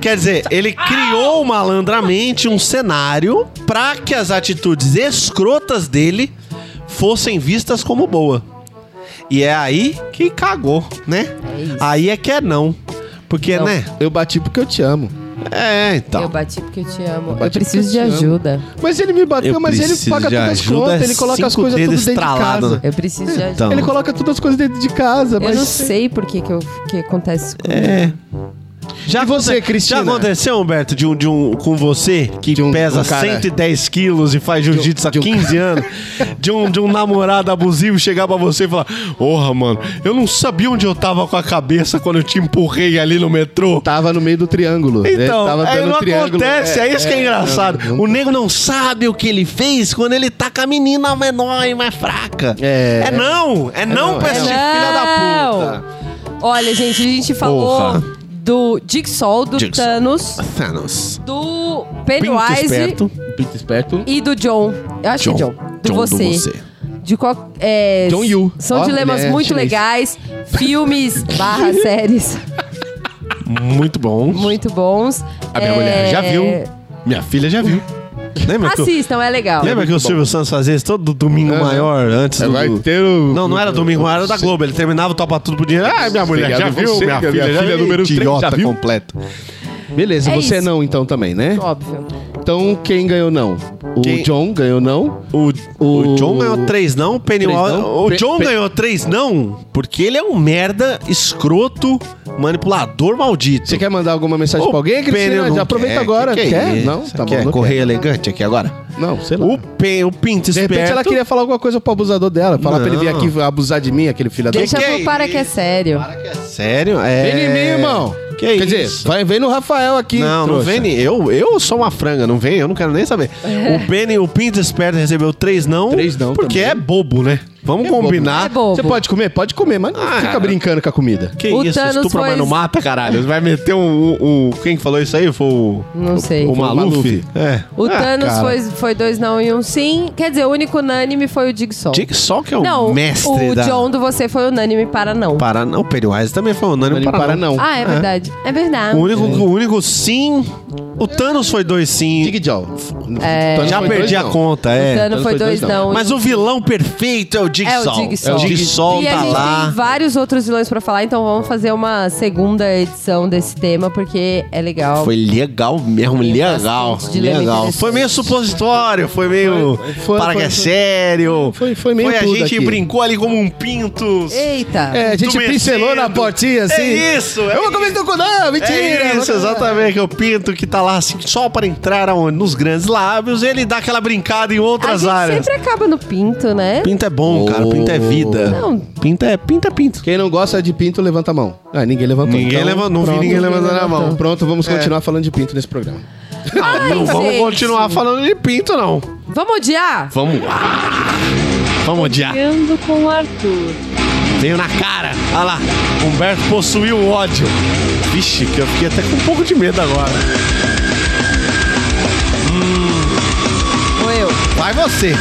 Quer dizer, ele criou malandramente um cenário pra que as atitudes escrotas dele fossem vistas como boa. E é aí que cagou, né? aí é que é não. Porque, Não. né? Eu bati porque eu te amo. É, então. Eu bati porque eu te amo. Eu, bati preciso de porque Tá. eu te amo. ajuda. Mas ele me bateu, Eu mas ele preciso paga de todas as ajuda, contas, é ele coloca as cinco coisas tudo dedos dentro de estralado, casa. né? Eu preciso de ajuda. Então. Ele coloca todas as coisas dentro de casa, Eu mas... não sei por que, que, eu, que acontece isso comigo. É. Já e você, aconte- Cristina? Já aconteceu, Humberto, de um, de um com você que De um- pesa um cara- 110 quilos e faz jiu-jitsu há de um- 15 anos, de um, de um namorado abusivo chegar pra você e falar: Porra, mano, eu não sabia onde eu tava com a cabeça quando eu te empurrei ali no metrô. Tava no meio do triângulo. né? Então, tava aí dando não triângulo. acontece, é, isso que é engraçado. não- não- o nego não sabe o que ele fez quando ele tá com a menina menor e mais fraca. É. não, é, não, não, é peste não. filha da puta. Olha, gente, a gente falou Porra. do Dick Sol, do Dick Sol. Thanos, Thanos. do Pinto Pennywise esperto. Pinto esperto. e do John. Eu acho que é John. Do John você. do você. De qual, é, John Yu. São Ó, dilemas ele é muito chinês. legais. *laughs* Filmes barra séries Muito bom. muito bons. A minha É, mulher já viu. Minha filha já viu. Lembra que, eu- Assistam, é Ah, legal. lembra que o Silvio Santos fazia isso todo domingo maior antes do... É, né? Vai ter um o... Não, não era domingo maior, era da Globo. Ele terminava o Topa Tudo pro dinheiro. Ah, minha mulher Obrigado já viu, você, minha minha filha já filha viu. número três, Idiota já viu? completo. Beleza, É você isso. não então também, né? Óbvio. Então quem ganhou não? O Quem- John ganhou não? O, o O- John ganhou três não, o Pennywise... Três não? O Pe- John Pe- ganhou três não porque ele é um merda, escroto, manipulador maldito. Você quer mandar alguma mensagem pra alguém, Cristina? Pênis Já não aproveita quer, agora. que que é quer? isso? Não? Tá bom. Quer não correr quer. elegante aqui agora? Não, sei lá. O, pe, o pinto De esperto... repente ela queria falar alguma coisa pro abusador dela. Falar pra ele vir Não. aqui abusar de mim, aquele filho da... Deixa que é pro para que é sério. Sério? É... Vem em mim, irmão. Que Quer isso? dizer, vai, vem no Rafael aqui, Não, não trouxa. vem. nem- Eu, eu sou uma franga, não vem, eu não quero nem saber. É. O Benny, o Pinto Esperto recebeu três não. Três não Porque também. é bobo, né? Vamos É bobo, combinar. É bobo. Você pode comer? Pode comer, mas não Ah, fica cara. brincando com a comida. Que O isso, Thanos estupra, foi- mas não mata, caralho. Você vai meter um, um- um- Quem que falou isso aí? Foi o. Não sei. O Foi o Maluf? Maluf. É. O Ah, Thanos cara. foi, foi dois não e um sim. Quer dizer, o único unânime foi o Jigsaw. Jake Só que é o não, mestre o da. John do Você foi unânime para não. Para... não, O Pennywise também foi Não unânime para, para, para não. não. Ah, é verdade. É verdade. O único, o único sim. O Thanos foi dois sim. Dig Jaw. É. Então, Já perdi a conta, é. o Thanos Thanos foi dois não. Mas o vilão perfeito é o Dick É o Sol. Dig Sol. O Dig Sol e a tá gente lá. tem vários outros vilões pra falar, então vamos fazer uma segunda edição desse tema, porque é legal. Foi legal mesmo, Tem legal. bastante dilema Legal. interessante. Foi meio supositório, foi meio. Foi- foi- para que foi- é foi- sério. foi- foi meio a tudo gente aqui. brincou ali como um pinto. Eita! É, a gente Entumecido. pincelou na portinha assim. É isso, é eu vou comer isso. teu cu, não, mentira. É isso, eu vou- exatamente, que o pinto que tá lá assim, só para entrar aonde? nos grandes lábios, ele dá aquela brincada em a outras gente áreas. sempre acaba no pinto, né? Pinto é bom, cara, pinto Oh. é vida. Não. Pinto é pinto. É pinto. Quem não gosta de pinto, levanta a mão. Ah, ninguém levantou. Ninguém levantou, não vi ninguém levantando a mão. É. Pronto, vamos continuar falando de pinto nesse programa. Ai, não vamos gente. continuar falando de pinto, não. Vamos odiar? Vamos. Vamos odiar. Ando com Arthur. Veio na cara. Olha lá. Humberto possuiu o ódio. Vixe, que eu fiquei até com um pouco de medo agora. Ou eu? Vai você.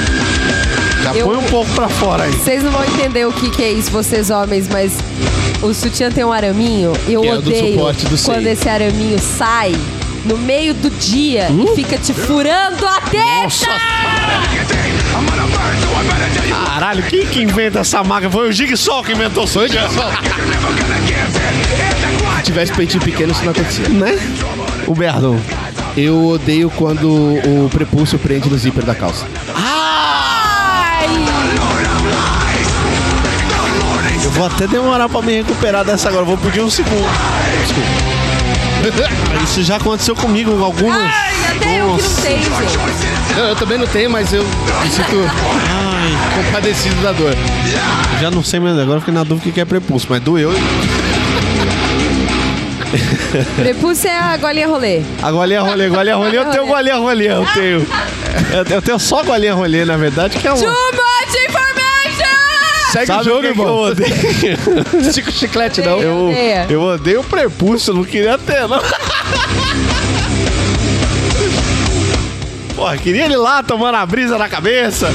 Já Eu- põe um pouco pra fora aí. Vocês não vão entender o que, que é isso, vocês homens, mas o sutiã tem um araminho. Eu Que é o do odeio suporte do seio. quando esse araminho sai no meio do dia e fica te furando a testa. Caralho, quem que inventa essa marca? Foi o Jigsaw que inventou isso. Foi Se tivesse peitinho pequeno, isso não acontecia. Né? Humberto. Eu odeio quando o prepúcio prende no zíper da calça. *laughs* Ai! Eu vou até demorar pra me recuperar dessa agora. Vou pedir um segundo. Desculpa. Isso já aconteceu comigo em algumas. Ai, até eu que não tenho, gente. Não, eu também não tenho, mas eu me sinto Ai, compadecido da dor. já não sei mais. Agora eu fiquei na dúvida o que que é prepulso, mas doeu. Prepúcio é a golinha rolê. A golinha rolê, golinha rolê, eu tenho golinha rolê, eu tenho. Eu- Eu tenho só golinha rolê, na verdade, que é um. Too much information! Segue Sabe o jogo, que que eu irmão. odeio? *laughs* Estica o chiclete, não. Eu Eu, odeio. eu odeio prepúcio, eu não queria ter, não. *laughs* Porra, queria ele lá tomando a brisa na cabeça.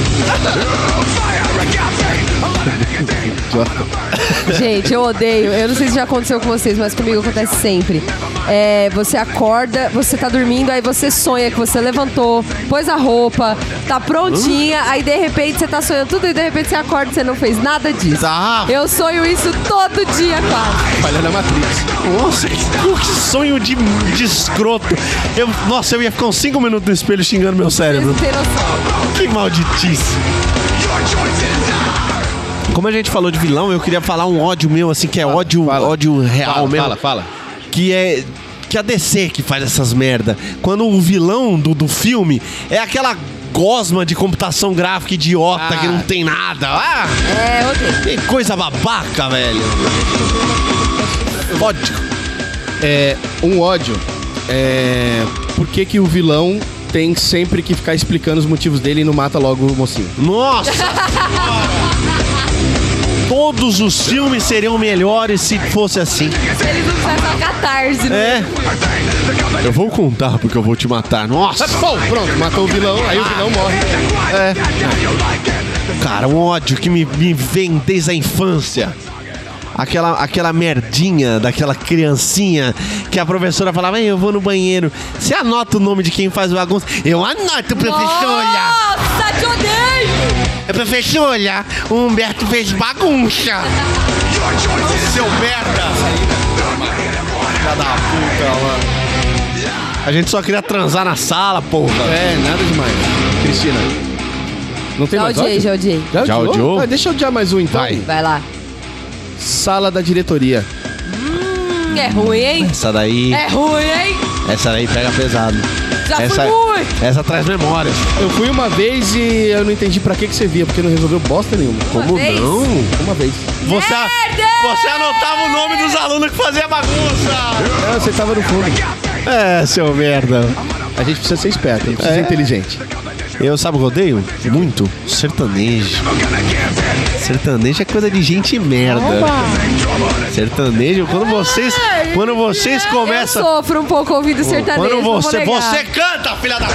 Gente, eu odeio. Eu não sei se já aconteceu com vocês, mas comigo acontece sempre. É, você acorda, você tá dormindo, aí você sonha que você levantou, pôs a roupa, tá prontinha, aí de repente você tá sonhando tudo e de repente você acorda e você não fez nada disso. Tá. Eu sonho isso todo dia, quase. Falha na Matrix. Nossa, que, que sonho de, de escroto. Eu, nossa, eu ia ficar uns 5 minutos no espelho xingando meu Vocês cérebro. não têm noção. Que malditice. Como a gente falou de vilão, eu queria falar um ódio meu, assim, que é ódio, ódio real Fala, mesmo. fala, fala. Que é. que a DC que faz essas merda. Quando o vilão do, do filme é aquela gosma de computação gráfica idiota que não tem nada. Ah, É, ok. que coisa babaca, velho. Ódio. É, um ódio. É, por que, que o vilão tem sempre que ficar explicando os motivos dele e não mata logo o mocinho? *laughs* Nossa! Senhora! Todos os filmes seriam melhores se fosse assim. Se eles não precisassem uma catarse, né? É. Eu vou contar porque eu vou te matar. Nossa! Bom, pronto, matou o vilão, aí o vilão morre. Cara, um ódio que me, me vem desde a infância. Aquela, aquela merdinha daquela criancinha que a professora falava, "Ei, eu vou no banheiro. Você anota o nome de quem faz bagunça? Eu anoto, É, professora! Nossa, te odeio! Professora, o Humberto fez bagunça! Seu merda! Filha da puta, mano. A gente só queria transar na sala, porra. É, nada demais. Cristina. Não tem Já mais odiei, ódio? já odiei. Já, Já odiou? Ah, deixa eu odiar mais um então. Vai. Vai lá. Sala da diretoria. Hum, é ruim, hein? Essa daí, É ruim, hein? essa daí pega pesado. Já fui essa, muito. essa traz memórias. Eu fui uma vez e eu não entendi pra que, que você via, porque não resolveu bosta nenhuma. Como vez? não? Uma vez. Você, Merda! você anotava o nome dos alunos que fazia bagunça! Ah, você tava no fundo. É, seu merda. A gente precisa ser esperto, a gente É. precisa ser inteligente. Eu sabe o que eu odeio? Muito. Sertanejo. Sertanejo é coisa de gente merda. Sertanejo, quando vocês. Quando vocês Eu começam. sofro um pouco ouvindo sertanejo, Quando não você. vou negar. Você canta, filha da.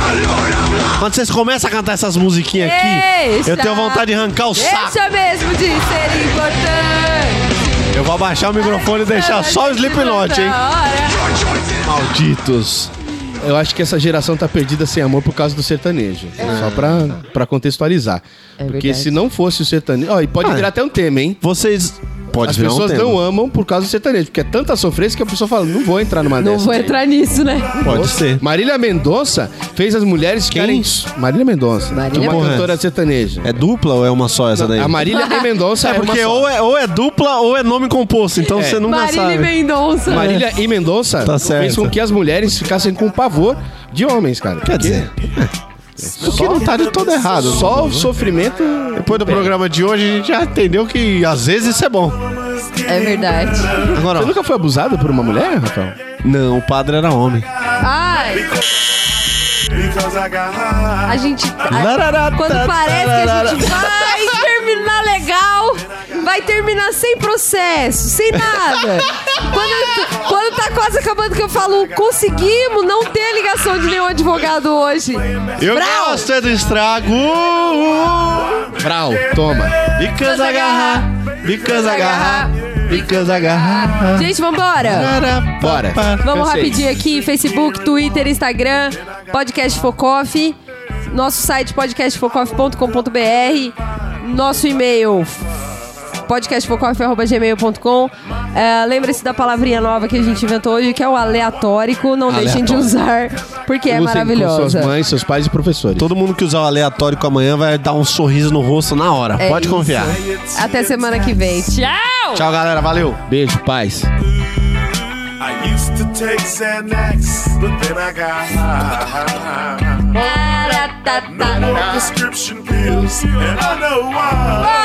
Quando vocês começam a cantar essas musiquinhas aqui, Deixa. eu tenho vontade de arrancar o saco. Deixa mesmo de ser importante. Eu vou abaixar o microfone e deixar só o Slipknot, hein? Hora. Malditos. Eu acho que essa geração tá perdida sem amor por causa do sertanejo. Só pra, pra contextualizar. É Porque verdade. se não fosse o sertanejo. Ó, e pode Ah. virar até um tema, hein? Vocês. Pode As virar um pessoas tema. não amam por causa do sertanejo, porque é tanta sofrência que a pessoa fala, não vou entrar numa Não dessas. vou entrar nisso, né? Pode ser. Marília Mendonça fez as mulheres ficarem. Marília Mendonça. Marília uma Mendonça. cantora sertaneja. É dupla ou é uma só essa daí? A Marília de Mendonça É é porque uma só. ou é, ou é dupla ou é nome composto, então você nunca Marília e sabe. Mendonça. Marília e Mendonça Tá fez certo. com que as mulheres ficassem com pavor de homens, cara. Quer dizer, o que não tá de todo errado. Só o sofrimento. É. Depois do programa de hoje, a gente já entendeu que às vezes isso é bom. É verdade. Agora, Você ó, nunca foi abusado por uma mulher, Rafael? não, o padre era homem. Ai. A gente. Larará, a- quando parece que a gente vai terminar legal, vai terminar sem processo, sem nada. Quando, quando tá quase acabando, que eu falo, conseguimos não ter ligação de nenhum advogado hoje. Eu Brau! gosto é do estrago. Brau, toma. Bicas agarrar, bicas agarrar, bicas agarrar. Gente, vambora! Bora. Vamos Cansei. rapidinho aqui, Facebook, Twitter, Instagram, Podcast Focoff, nosso site podcastfocoff.com.br, nosso e-mail podcastfocoff.gmail.com É, Lembre-se da palavrinha nova que a gente inventou hoje, que é o aleatórico. Não deixem de usar, porque é Lutem Com suas maravilhosa. mães, seus pais e professores. Todo mundo que usar o aleatório com amanhã vai dar um sorriso no rosto na hora. É Pode isso. confiar. Até semana que vem. Tchau! Tchau, galera. Valeu. Beijo, paz. I used to take Xanax, but then I got high. No more prescription pills, and I know why.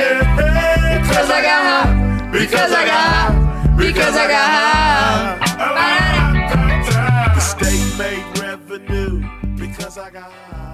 Yeah, because I got high. Because I got high. Because I got Oh, high. The state made revenue because I got high.